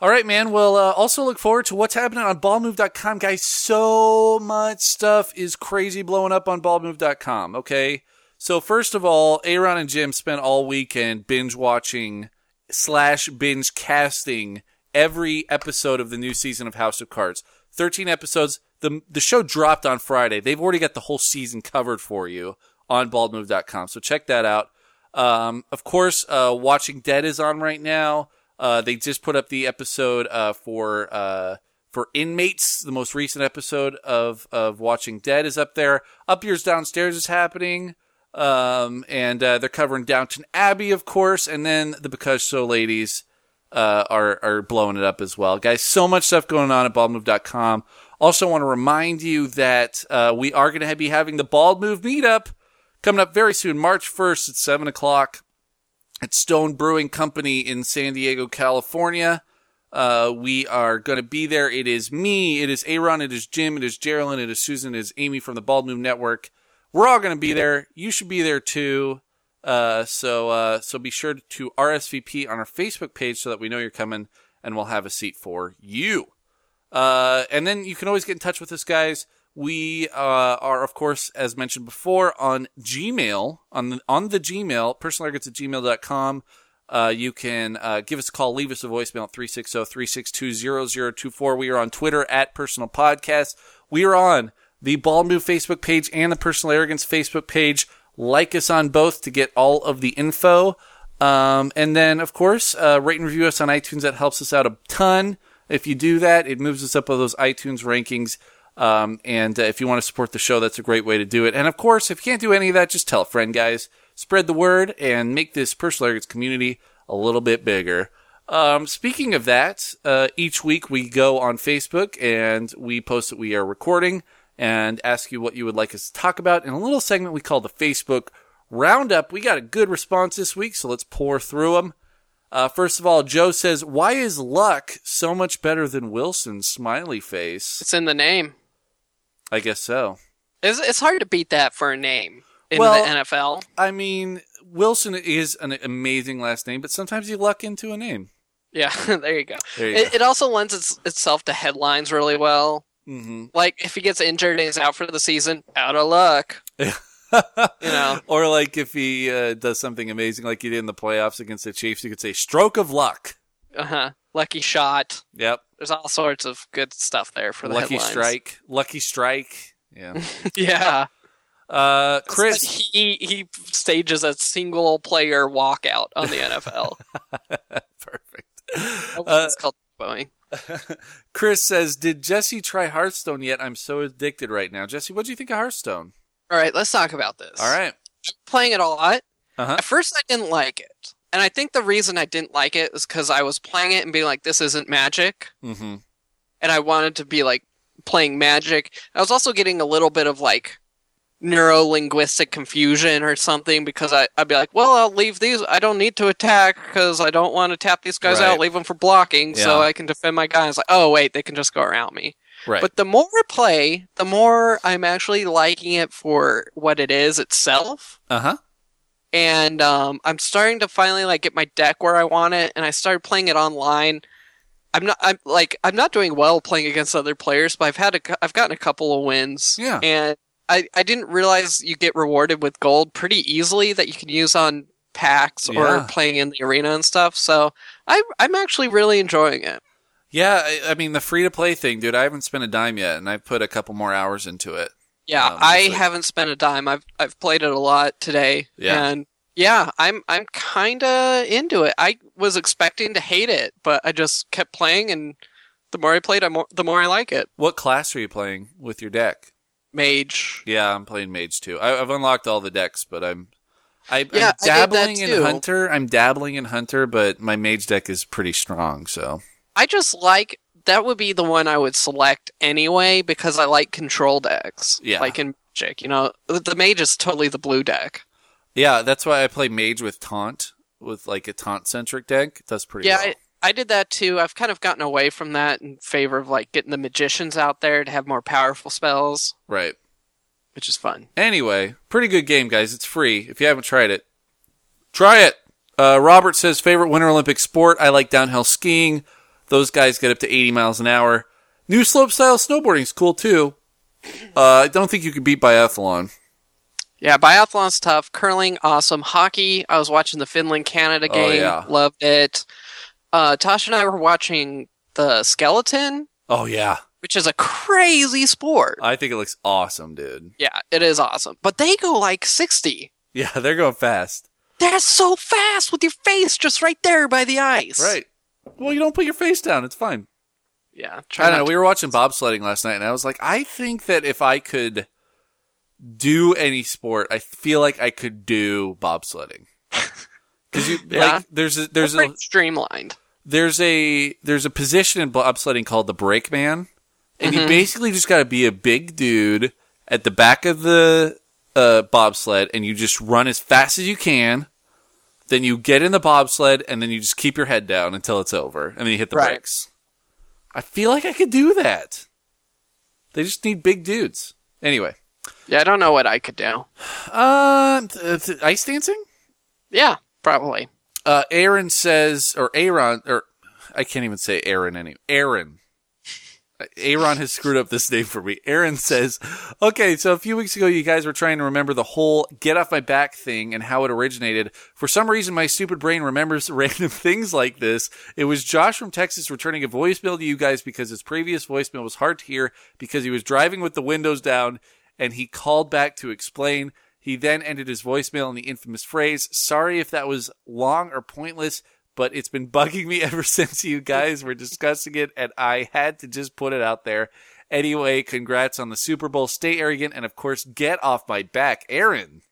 Speaker 1: All right, man. Well, uh, also look forward to what's happening on ballmove.com, guys. So much stuff is crazy blowing up on ballmove.com, okay? So, first of all, Aaron and Jim spent all weekend binge watching slash binge casting every episode of the new season of House of Cards. 13 episodes. The, the show dropped on Friday. They've already got the whole season covered for you on baldmove.com. So check that out. Um, of course, uh, Watching Dead is on right now. Uh, they just put up the episode uh, for uh, for inmates. The most recent episode of of Watching Dead is up there. Up Yours Downstairs is happening, um, and uh, they're covering Downton Abbey, of course, and then the Because So Ladies uh, are are blowing it up as well, guys. So much stuff going on at baldmove.com. Also, want to remind you that uh, we are going to be having the Bald Move meetup coming up very soon, March first at seven o'clock at Stone Brewing Company in San Diego, California. Uh, we are going to be there. It is me, it is Aaron, it is Jim, it is Geraldine, it is Susan, it is Amy from the Bald Move Network. We're all going to be there. You should be there too. Uh, so uh, so be sure to RSVP on our Facebook page so that we know you're coming, and we'll have a seat for you. Uh, and then you can always get in touch with us, guys. We uh, are, of course, as mentioned before, on Gmail, on the, on the Gmail, personalargets at gmail.com. Uh, you can uh, give us a call, leave us a voicemail at 360 362 0024. We are on Twitter at Personal Podcast. We are on the Bald Move Facebook page and the Personal Arrogance Facebook page. Like us on both to get all of the info. Um, and then, of course, uh, rate and review us on iTunes. That helps us out a ton. If you do that, it moves us up on those iTunes rankings. Um, and uh, if you want to support the show, that's a great way to do it. And of course, if you can't do any of that, just tell a friend, guys. Spread the word and make this personal arrogance community a little bit bigger. Um, speaking of that, uh, each week we go on Facebook and we post that we are recording and ask you what you would like us to talk about in a little segment we call the Facebook Roundup. We got a good response this week, so let's pour through them. Uh, first of all, Joe says, "Why is Luck so much better than Wilson?" Smiley face.
Speaker 2: It's in the name.
Speaker 1: I guess so.
Speaker 2: It's, it's hard to beat that for a name in
Speaker 1: Well-
Speaker 2: the NFL.
Speaker 1: I mean, Wilson is an amazing last name, but sometimes you luck into a name.
Speaker 2: Yeah, (laughs) there you go.
Speaker 1: There you
Speaker 2: It, it also lends its, itself to headlines really well.
Speaker 1: hmm
Speaker 2: Like if he gets injured and is out for the season, out
Speaker 1: (laughs)
Speaker 2: of luck. You know.
Speaker 1: or like if he uh, does something amazing, like he did in the playoffs against the Chiefs, you could say "stroke of luck."
Speaker 2: Uh huh. Lucky shot.
Speaker 1: Yep,
Speaker 2: There's all sorts of good stuff there for the
Speaker 1: lucky
Speaker 2: headlines.
Speaker 1: strike, lucky strike. Yeah,
Speaker 2: (laughs) Yeah.
Speaker 1: uh, Chris.
Speaker 2: he he stages a single player walkout on
Speaker 1: (laughs)
Speaker 2: the NFL.
Speaker 1: Perfect. Uh,
Speaker 2: it's called Boeing.
Speaker 1: Chris says, "Did Jesse try Hearthstone yet? I'm so addicted right now." Jesse, what do you think of Hearthstone?
Speaker 2: All right, let's talk about this.
Speaker 1: All right.
Speaker 2: playing it a lot.
Speaker 1: Uh-huh.
Speaker 2: At first, I didn't like it, and I think the reason I didn't like it is because I was playing it and being like, "This isn't Magic,"
Speaker 1: Mm-hmm.
Speaker 2: and I wanted to be like playing Magic. I was also getting a little bit of like neuro linguistic confusion or something because I, I'd be like, "Well, I'll leave these. I don't need to attack because I don't want to tap these guys
Speaker 1: Right.
Speaker 2: out. Leave them for blocking so
Speaker 1: Yeah.
Speaker 2: I can defend my guys." Like, oh wait, they can just go around me.
Speaker 1: Right.
Speaker 2: But the more I play, the more I'm actually liking it for what it is itself
Speaker 1: uh huh.
Speaker 2: and um, I'm starting to finally like get my deck where I want it, and I started playing it online. I'm not. I'm like I'm not doing well playing against other players, but I've had a, cou- I've gotten a couple of wins.
Speaker 1: Yeah.
Speaker 2: and I I didn't realize you get rewarded with gold pretty easily that you can use on packs
Speaker 1: Yeah.
Speaker 2: or playing in the arena and stuff. So I I'm actually really enjoying it.
Speaker 1: Yeah, I, I mean the free to play thing, dude. I haven't spent a dime yet, and I've put a couple more hours into it.
Speaker 2: Yeah,
Speaker 1: Um,
Speaker 2: I
Speaker 1: it's like-
Speaker 2: haven't spent a dime. I've I've played it a lot today.
Speaker 1: Yeah.
Speaker 2: And yeah, I'm I'm kind of into it. I was expecting to hate it, but I just kept playing and the more I played, I more, the more I like it.
Speaker 1: What class are you playing with your deck?
Speaker 2: Mage.
Speaker 1: Yeah, I'm playing mage too. I, I've unlocked all the decks, but I'm I, I'm
Speaker 2: Yeah, I did that
Speaker 1: dabbling in
Speaker 2: too.
Speaker 1: hunter. I'm dabbling in hunter, but my mage deck is pretty strong. So
Speaker 2: I just like that would be the one I would select anyway because I like control decks.
Speaker 1: Yeah.
Speaker 2: Like in Magic, you know, the- the mage is totally the blue deck.
Speaker 1: yeah, that's why I play mage with taunt with like a taunt centric deck. It does pretty
Speaker 2: yeah,
Speaker 1: well.
Speaker 2: I, I did that too. I've kind of gotten away from that in favor of like getting the magicians out there to have more powerful spells,
Speaker 1: right.
Speaker 2: which is fun.
Speaker 1: Anyway, pretty good game, guys. It's free. If you haven't tried it, try it. Uh, Robert says favorite Winter Olympic sport. I like downhill skiing. Those guys get up to 80 miles an hour. New slope style snowboarding's cool too. Uh, I don't think you can beat biathlon.
Speaker 2: Yeah, biathlon's tough. Curling, awesome. Hockey, I was watching the Finland Canada
Speaker 1: Oh,
Speaker 2: game.
Speaker 1: yeah.
Speaker 2: Loved it. Uh, Tasha and I were watching the skeleton,
Speaker 1: Oh yeah,
Speaker 2: which is a crazy sport.
Speaker 1: I think it looks awesome, dude. (laughs)
Speaker 2: Yeah, it is awesome. But they go like 60.
Speaker 1: Yeah, they're going fast.
Speaker 2: That's so fast with your face just right there by the ice.
Speaker 1: Right. Well, you don't put your face down. It's fine.
Speaker 2: Yeah.
Speaker 1: I
Speaker 2: Try
Speaker 1: don't know.
Speaker 2: not
Speaker 1: We were watching bobsledding last night, and I was like, I think that if I could do any sport, I feel like I could do bobsledding. Because you
Speaker 2: (laughs) Yeah.
Speaker 1: like, there's a,
Speaker 2: to-
Speaker 1: there's a
Speaker 2: pretty streamlined.
Speaker 1: there's a there's a position in bobsledding called the brake man, and
Speaker 2: Mm-hmm.
Speaker 1: you basically just got to be a big dude at the back of the uh, bobsled, and you just run as fast as you can. Then you get in the bobsled, and then you just keep your head down until it's over, and then you hit the
Speaker 2: Right.
Speaker 1: brakes. I feel like I could do that. They just need big dudes. Anyway,
Speaker 2: Yeah, I don't know what I could do.
Speaker 1: uh, th- th- ice dancing.
Speaker 2: Yeah, probably.
Speaker 1: Uh, Aaron says, or Aaron, or I can't even say Aaron anymore. Aaron. Aaron has screwed up this name for me. Aaron says, okay, so a few weeks ago, you guys were trying to remember the whole get off my back thing and how it originated. For some reason, my stupid brain remembers (laughs) random things like this. It was Josh from Texas returning a voicemail to you guys because his previous voicemail was hard to hear because he was driving with the windows down and he called back to explain. He then ended his voicemail in the infamous phrase, Sorry if that was long or pointless, but it's been bugging me (laughs) ever since you guys were discussing it, and I had to just put it out there. Anyway, congrats on the Super Bowl. Stay arrogant, and of course, get off my back. Aaron,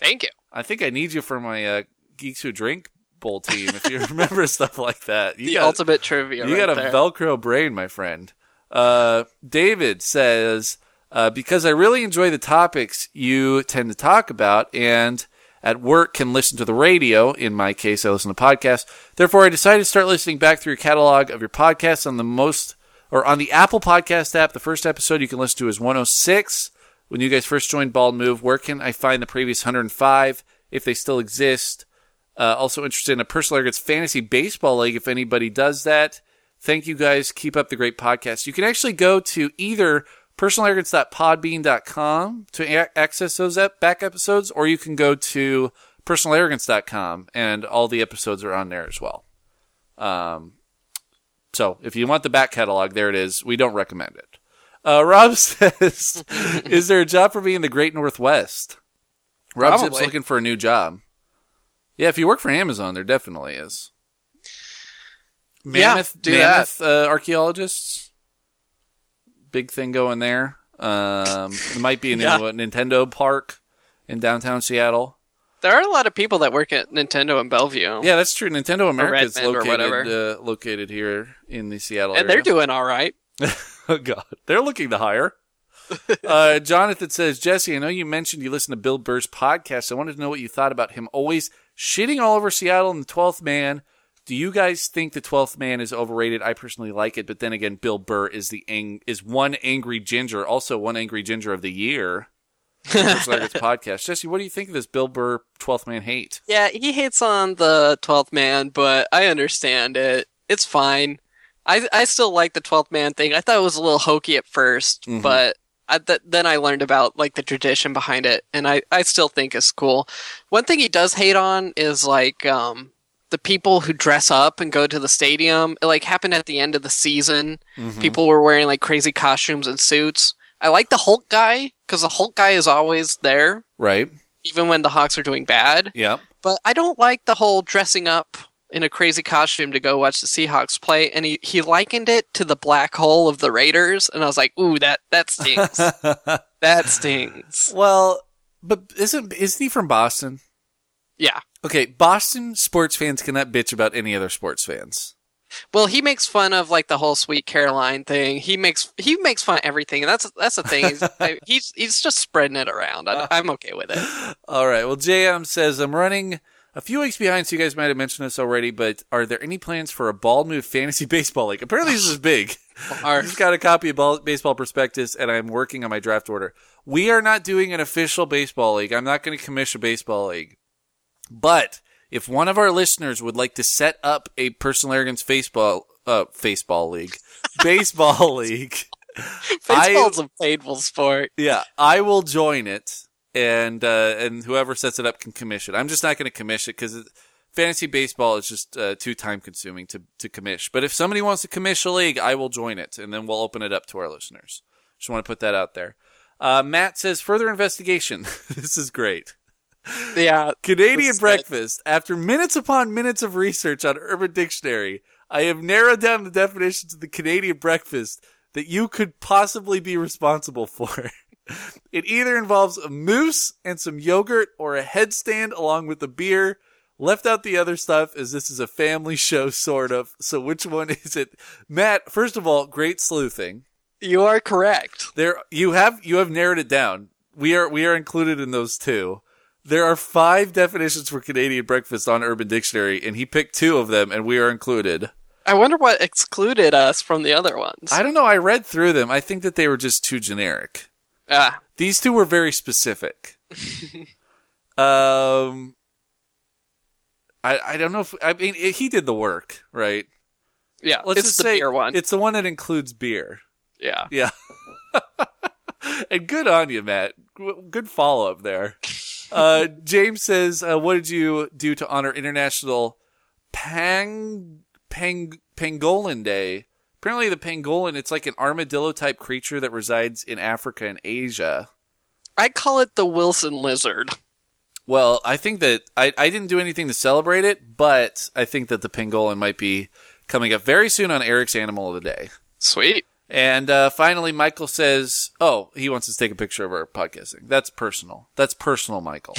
Speaker 2: Thank you.
Speaker 1: I think I need you for my uh, Geeks Who Drink Bowl team if you (laughs) remember stuff like that. You
Speaker 2: The
Speaker 1: got-
Speaker 2: ultimate trivia.
Speaker 1: you
Speaker 2: right
Speaker 1: got a
Speaker 2: there.
Speaker 1: Velcro brain, my friend. Uh, David says, uh, because I really enjoy the topics you tend to talk about and at work can listen to the radio. In my case, I listen to podcasts. Therefore, I decided to start listening back through your catalog of your podcasts on the most or on the Apple podcast app. The first episode you can listen to is 106. When you guys first joined Bald Move, where can I find the previous 105 if they still exist? Uh, also interested in a personal targets fantasy baseball league if anybody does that. Thank you guys. Keep up the great podcast. You can actually go to either personalarrogance.podbean.com to a- access those ep- back episodes, or you can go to personalarrogance.com and all the episodes are on there as well. Um, so if you want the back catalog, there it is. We don't recommend it. Uh, Rob (laughs) says, "Is there a job for me in the Great Northwest?" Rob Zip's
Speaker 2: Probably.
Speaker 1: looking for a new job. Yeah, if you work for Amazon, there definitely is.
Speaker 2: Yeah,
Speaker 1: Mammoth,
Speaker 2: do that.
Speaker 1: mammoth uh, archaeologists. Big thing going there. Um, it might
Speaker 2: (laughs)
Speaker 1: be a new
Speaker 2: Yeah.
Speaker 1: uh, Nintendo park in downtown Seattle.
Speaker 2: There are a lot of people that work at Nintendo in Bellevue.
Speaker 1: Yeah, that's true. Nintendo America is
Speaker 2: Redmond or
Speaker 1: located
Speaker 2: whatever.
Speaker 1: uh, located here in the Seattle
Speaker 2: and
Speaker 1: area.
Speaker 2: they're doing all right.
Speaker 1: (laughs) Oh God, they're looking to hire. uh, Jonathan says, Jesse, I know you mentioned you listen to Bill Burr's podcast. I wanted to know what you thought about him always shitting all over Seattle and the Twelfth Man. Do you guys think the Twelfth Man is overrated? I personally like it, but then again, Bill Burr is the ang- is one angry ginger, also one angry ginger of the year. Looks like it's podcast. Jesse, what do you think of this Bill Burr Twelfth Man hate?
Speaker 2: Yeah, he hates on the Twelfth Man, but I understand it. It's fine. I I still like the Twelfth Man thing. I thought it was a little hokey at 1st
Speaker 1: Mhm.
Speaker 2: but I, th- then I learned about like the tradition behind it, and I I still think it's cool. One thing he does hate on is like um the people who dress up and go to the stadium. It like happened at the end of the season. People were wearing like crazy costumes and suits. I like the Hulk guy because the Hulk guy is always there,
Speaker 1: Right?
Speaker 2: even when the Hawks are doing bad.
Speaker 1: Yeah.
Speaker 2: But I don't like the whole dressing up in a crazy costume to go watch the Seahawks play. And he, he likened it to the black hole of the Raiders. And I was like, ooh, that,
Speaker 1: (laughs)
Speaker 2: that stings. that stings.
Speaker 1: Well, but isn't isn't he from Boston?
Speaker 2: Yeah.
Speaker 1: Okay, Boston sports fans cannot bitch about any other sports fans.
Speaker 2: Well, he makes fun of like the whole Sweet Caroline thing. He makes he makes fun of everything, and that's that's the thing.
Speaker 1: (laughs)
Speaker 2: He's I- he's, he's just spreading it around. I, I'm okay with it.
Speaker 1: All right. Well, JM says I'm running a few weeks behind, so you guys might have mentioned this already. But are there any plans for a ball move fantasy (laughs) baseball league? Apparently, this is big. (laughs)
Speaker 2: Or-
Speaker 1: I've got a copy of ball, Baseball Prospectus, and I'm working on my draft order. We are not doing an official baseball league. I'm not going to commission a baseball league. But if one of our listeners would like to set up a personal arrogance baseball uh, baseball league, (laughs) baseball league. I-
Speaker 2: Baseball's a painful sport.
Speaker 1: Yeah, I will join it, and uh, and whoever sets it up can commission. I'm just not going to commission it because fantasy baseball is just uh, too time consuming to to commish. But if somebody wants to commish a league, I will join it, and then we'll open it up to our listeners. Just want to put that out there. Uh, Matt says further investigation. (laughs) this is great.
Speaker 2: Yeah,
Speaker 1: Canadian
Speaker 2: That's it.
Speaker 1: breakfast. After minutes upon minutes of research on Urban Dictionary, I have narrowed down the definitions of the Canadian breakfast that you could possibly be responsible for. (laughs) it either involves a mousse and some yogurt or a headstand along with a beer. Left out the other stuff as this is a family show, sort of. So which one (laughs) is it? Matt, first of all, great sleuthing.
Speaker 2: you are correct.
Speaker 1: There you have you have narrowed it down. We are we are included in those two. There are five definitions for Canadian breakfast on Urban Dictionary, and he picked two of them, and we are included.
Speaker 2: I wonder what excluded us from the other ones.
Speaker 1: I don't know. I read through them. I think that they were just too generic.
Speaker 2: ah,
Speaker 1: These two were very
Speaker 2: (laughs)
Speaker 1: specific. um, I I don't know if I mean he did the work right.
Speaker 2: yeah,
Speaker 1: Let's
Speaker 2: it's
Speaker 1: just
Speaker 2: the
Speaker 1: say
Speaker 2: beer one.
Speaker 1: It's the one that includes beer.
Speaker 2: yeah,
Speaker 1: Yeah. and good on you, Matt. G- Good follow up there. (laughs) Uh, James says, uh, "What did you do to honor International Pang Pang Pangolin Day?" Apparently, the pangolin it's like an armadillo type creature that resides in Africa and Asia.
Speaker 2: I call it the Wilson lizard.
Speaker 1: Well, I think that I, I didn't do anything to celebrate it, but I think that the pangolin might be coming up very soon on Eric's Animal of the Day.
Speaker 2: Sweet.
Speaker 1: And uh, finally, Michael says, "Oh, he wants us to take a picture of our podcasting. That's personal. That's personal, Michael.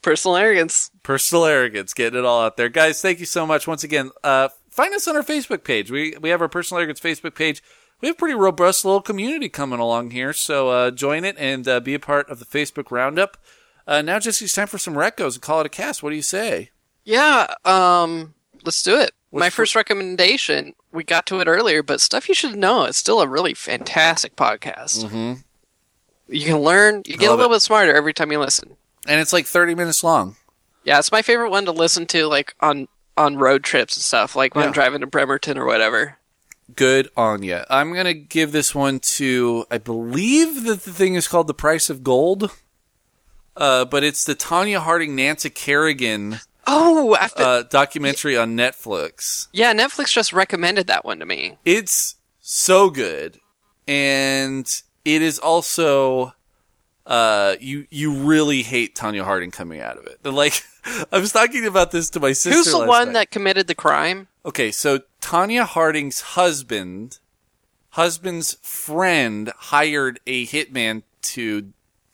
Speaker 2: Personal arrogance.
Speaker 1: personal arrogance. Getting it all out there, guys. Thank you so much once again. Uh, find us on our Facebook page. We we have our personal arrogance Facebook page. We have a pretty robust little community coming along here, so uh, join it and uh, be a part of the Facebook roundup. Uh, now, Jesse, it's time for some recos and call it a cast. What do you say?
Speaker 2: Yeah, um, let's do it.
Speaker 1: What's
Speaker 2: My
Speaker 1: fir-
Speaker 2: first recommendation, we got to it earlier, but Stuff You Should Know is still a really fantastic podcast.
Speaker 1: Mhm.
Speaker 2: You can learn, you get a
Speaker 1: Love
Speaker 2: little bit smarter every time you listen.
Speaker 1: And it's like thirty minutes long.
Speaker 2: Yeah, it's my favorite one to listen to, like on on road trips and stuff, like when
Speaker 1: Yeah.
Speaker 2: I'm driving to Bremerton or whatever.
Speaker 1: Good on you. I'm gonna give this one to. I believe that the thing is called the price of gold, uh, but it's the Tanya Harding Nancy Kerrigan
Speaker 2: Oh, I've been,
Speaker 1: uh, documentary on Netflix.
Speaker 2: yeah, Netflix just recommended that one to me.
Speaker 1: It's so good, and it is also. Uh, you you really hate Tanya Harding coming out of it. (laughs) They're like, I was talking about this to my sister.
Speaker 2: Who's the
Speaker 1: last
Speaker 2: one
Speaker 1: night.
Speaker 2: that committed the crime?
Speaker 1: Okay, so Tanya Harding's husband, husband's friend hired a hitman to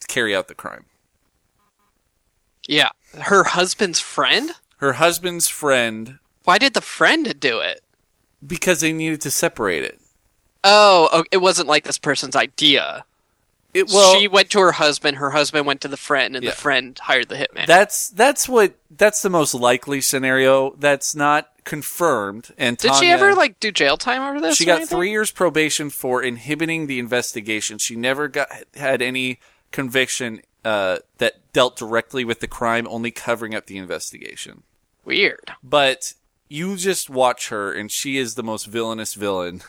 Speaker 1: carry out the crime.
Speaker 2: Yeah, her husband's friend.
Speaker 1: Her husband's friend
Speaker 2: Why did the friend do it?
Speaker 1: because they needed to separate it.
Speaker 2: Oh, oh it wasn't like this person's idea.
Speaker 1: It well
Speaker 2: she went to her husband. Her husband went to the friend, and
Speaker 1: Yeah.
Speaker 2: the friend hired the hitman.
Speaker 1: that's that's what that's the most likely scenario. That's not confirmed. And
Speaker 2: did she
Speaker 1: Tanya-
Speaker 2: ever like do jail time over this?
Speaker 1: She
Speaker 2: or
Speaker 1: got
Speaker 2: anything?
Speaker 1: three years probation for inhibiting the investigation. She never got had any conviction uh, that dealt directly with the crime, only covering up the investigation.
Speaker 2: Weird.
Speaker 1: but you just watch her and she is the most villainous villain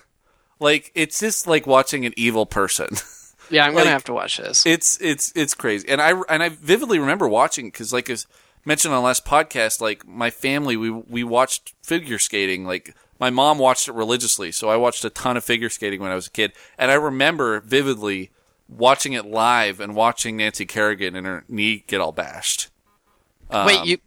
Speaker 1: like it's just like watching an evil person (laughs)
Speaker 2: Yeah, I'm
Speaker 1: Like-
Speaker 2: gonna have to watch this.
Speaker 1: it's it's it's crazy and i and i vividly remember watching because like as mentioned on last podcast like my family we we watched figure skating like my mom watched it religiously so i watched a ton of figure skating when i was a kid and i remember vividly watching it live and watching nancy kerrigan and her knee get all bashed um,
Speaker 2: Wait, you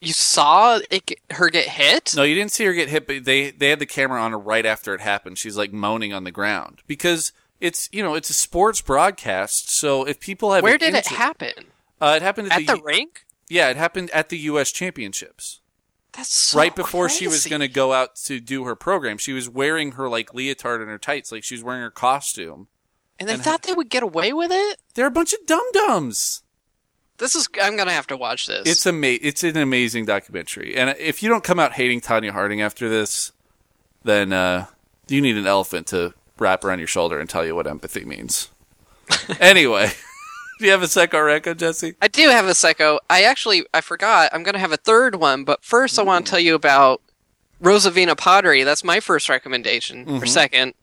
Speaker 2: you saw it, get- her get hit?
Speaker 1: No, you didn't see her get hit, but they they had the camera on her right after it happened. She's like moaning on the ground because it's you know it's a sports broadcast. So if people have
Speaker 2: Where
Speaker 1: an
Speaker 2: did it
Speaker 1: injury-
Speaker 2: happen?
Speaker 1: Uh, it happened at,
Speaker 2: At the
Speaker 1: U-
Speaker 2: rink?
Speaker 1: yeah, it happened at the U.S. Championships
Speaker 2: That's so
Speaker 1: right before she was
Speaker 2: Oh, crazy.
Speaker 1: going to go out to do her program. She was wearing her like leotard and her tights, like she was wearing her costume.
Speaker 2: And they thought they would get away with it.
Speaker 1: They're a bunch of dum dums.
Speaker 2: This is. I'm gonna have to watch this.
Speaker 1: It's ama- It's an amazing documentary, and if you don't come out hating Tanya Harding after this, then uh, you need an elephant to wrap around your shoulder and tell you what empathy
Speaker 2: (laughs)
Speaker 1: means. anyway, (laughs) do you have a second record, Jesse?
Speaker 2: I do have a psycho. I actually I forgot. I'm gonna have a third one, but first I want to tell you about Rosavina pottery. That's my first recommendation or second.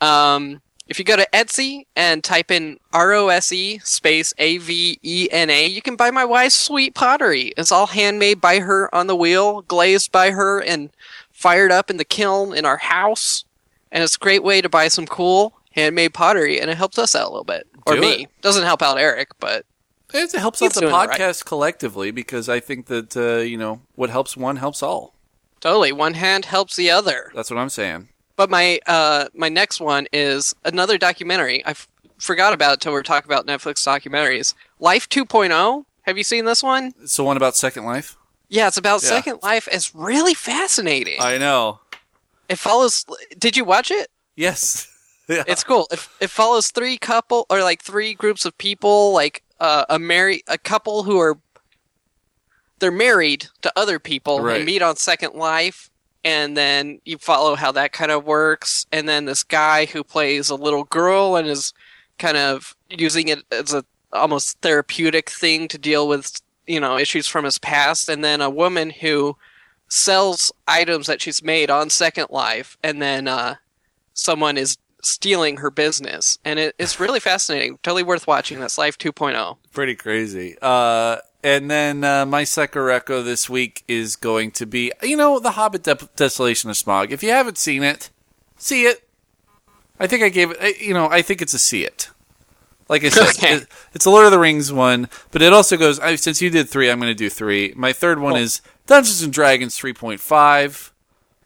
Speaker 2: Um, if you go to Etsy and type in R O S E space A V E N A, you can buy my wife's sweet pottery. It's all handmade by her on the wheel, glazed by her, and fired up in the kiln in our house. And it's a great way to buy some cool handmade pottery, and it helps us out a little bit. Or
Speaker 1: Do
Speaker 2: me. Doesn't help out Eric, but
Speaker 1: It helps out
Speaker 2: He's
Speaker 1: the
Speaker 2: doing all
Speaker 1: podcast
Speaker 2: right. collectively
Speaker 1: collectively because I think that uh, you know what helps one helps all.
Speaker 2: totally one hand helps the other.
Speaker 1: That's what I'm saying.
Speaker 2: But my uh, my next one is another documentary. I f- forgot about it till we were talking about Netflix documentaries. Life 2.0. Have you seen this one?
Speaker 1: So one about Second Life.
Speaker 2: Yeah, it's about
Speaker 1: Yeah.
Speaker 2: Second Life. It's really fascinating.
Speaker 1: I know.
Speaker 2: it follows. Did you watch it?
Speaker 1: Yes. (laughs) Yeah.
Speaker 2: It's cool. It, it follows three couple or like three groups of people, like uh, a married a couple who are they're married to other people
Speaker 1: Right.
Speaker 2: who meet on Second Life, and then you follow how that kind of works, and then this guy who plays a little girl and is kind of using it as a almost therapeutic thing to deal with you know issues from his past, and then a woman who sells items that she's made on Second Life, and then uh, someone is stealing her business, and it, it's really fascinating. Totally worth watching. That's Life oh. 2.0.
Speaker 1: pretty crazy. Uh, and then uh, my Sekureko this week is going to be, you know, The Hobbit Dep Desolation of Smog. If you haven't seen it, see it. I think I gave it, I- you know, I think it's a see it. Like I said,
Speaker 2: Okay.
Speaker 1: it- it's a Lord of the Rings one, but it also goes, I, since you did three, I'm going to do three. My third one is Dungeons and Dragons 3.5.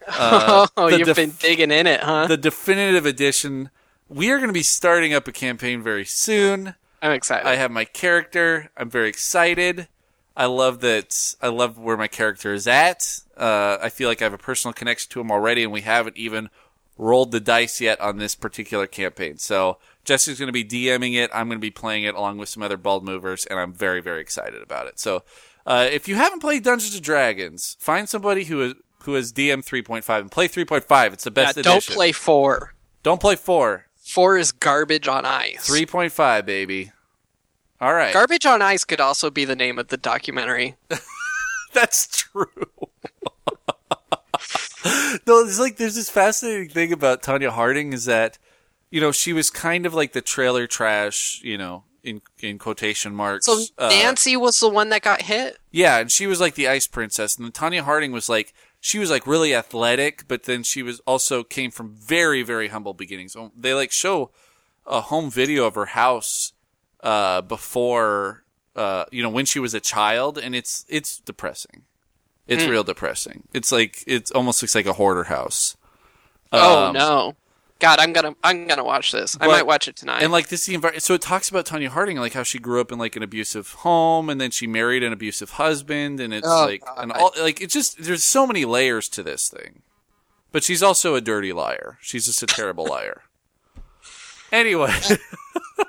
Speaker 2: (laughs) oh,
Speaker 1: the
Speaker 2: you've
Speaker 1: def-
Speaker 2: been digging in it, huh?
Speaker 1: the definitive edition. We are going to be starting up a campaign very soon.
Speaker 2: I'm excited.
Speaker 1: I have my character. I'm very excited. I love that. I love where my character is at. Uh, I feel like I have a personal connection to him already, and we haven't even rolled the dice yet on this particular campaign. So Jesse's going to be DMing it. I'm going to be playing it along with some other bald movers, and I'm very, very excited about it. So uh, if you haven't played Dungeons and Dragons, find somebody who is who has DM 3.5 and play 3.5. It's the
Speaker 2: Yeah,
Speaker 1: best
Speaker 2: don't
Speaker 1: edition.
Speaker 2: play four.
Speaker 1: Don't play four.
Speaker 2: Four is garbage on ice.
Speaker 1: Three point five, baby. All right.
Speaker 2: Garbage on Ice could also be the name of the documentary.
Speaker 1: (laughs) That's true. no, it's like there's this fascinating thing about Tanya Harding is that, you know, she was kind of like the trailer trash, you know, in in quotation marks.
Speaker 2: So
Speaker 1: uh,
Speaker 2: Nancy was the one that got hit.
Speaker 1: Yeah, and she was like the ice princess, and Tanya Harding was like she was like really athletic, but then she was also came from very very humble beginnings. Um, They like show a home video of her house uh, before uh, you know when she was a child, and it's it's depressing. It's real depressing. It's like it almost looks like a hoarder house.
Speaker 2: oh
Speaker 1: Um,
Speaker 2: no, God, I'm gonna I'm gonna watch this. I
Speaker 1: but-
Speaker 2: might watch it tonight.
Speaker 1: And like this, is the environment. So it talks about Tanya Harding, like how she grew up in like an abusive home, and then she married an abusive husband, and it's
Speaker 2: Oh,
Speaker 1: like,
Speaker 2: God.
Speaker 1: and all like it's just there's so many layers to this thing. But she's also a dirty liar. She's just a terrible liar. (laughs) Anyway, (laughs)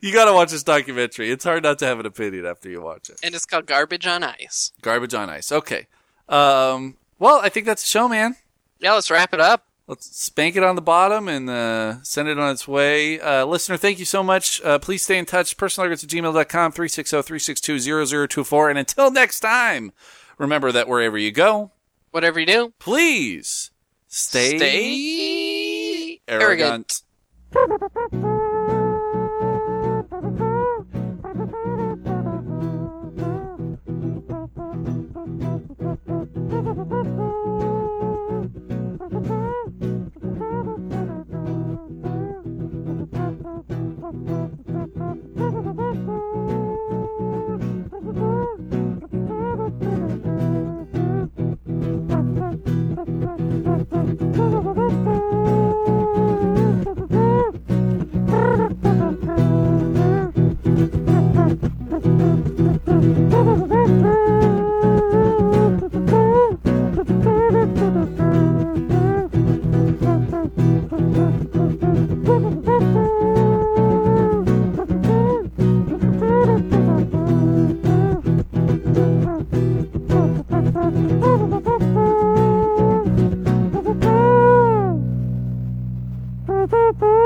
Speaker 1: you got to watch this documentary. It's hard not to have an opinion after you watch it.
Speaker 2: and it's called Garbage on Ice.
Speaker 1: Garbage on ice. Okay. Um, well, I think that's the show, man.
Speaker 2: Yeah, let's wrap it up.
Speaker 1: Let's spank it on the bottom and uh, send it on its way. Uh, listener, thank you so much. Uh, please stay in touch. Personalargets at gmail.com, 360-362-0024. And until next time, remember that wherever you go,
Speaker 2: Whatever you do,
Speaker 1: please stay,
Speaker 2: stay arrogant.
Speaker 1: arrogant.
Speaker 4: Thank you.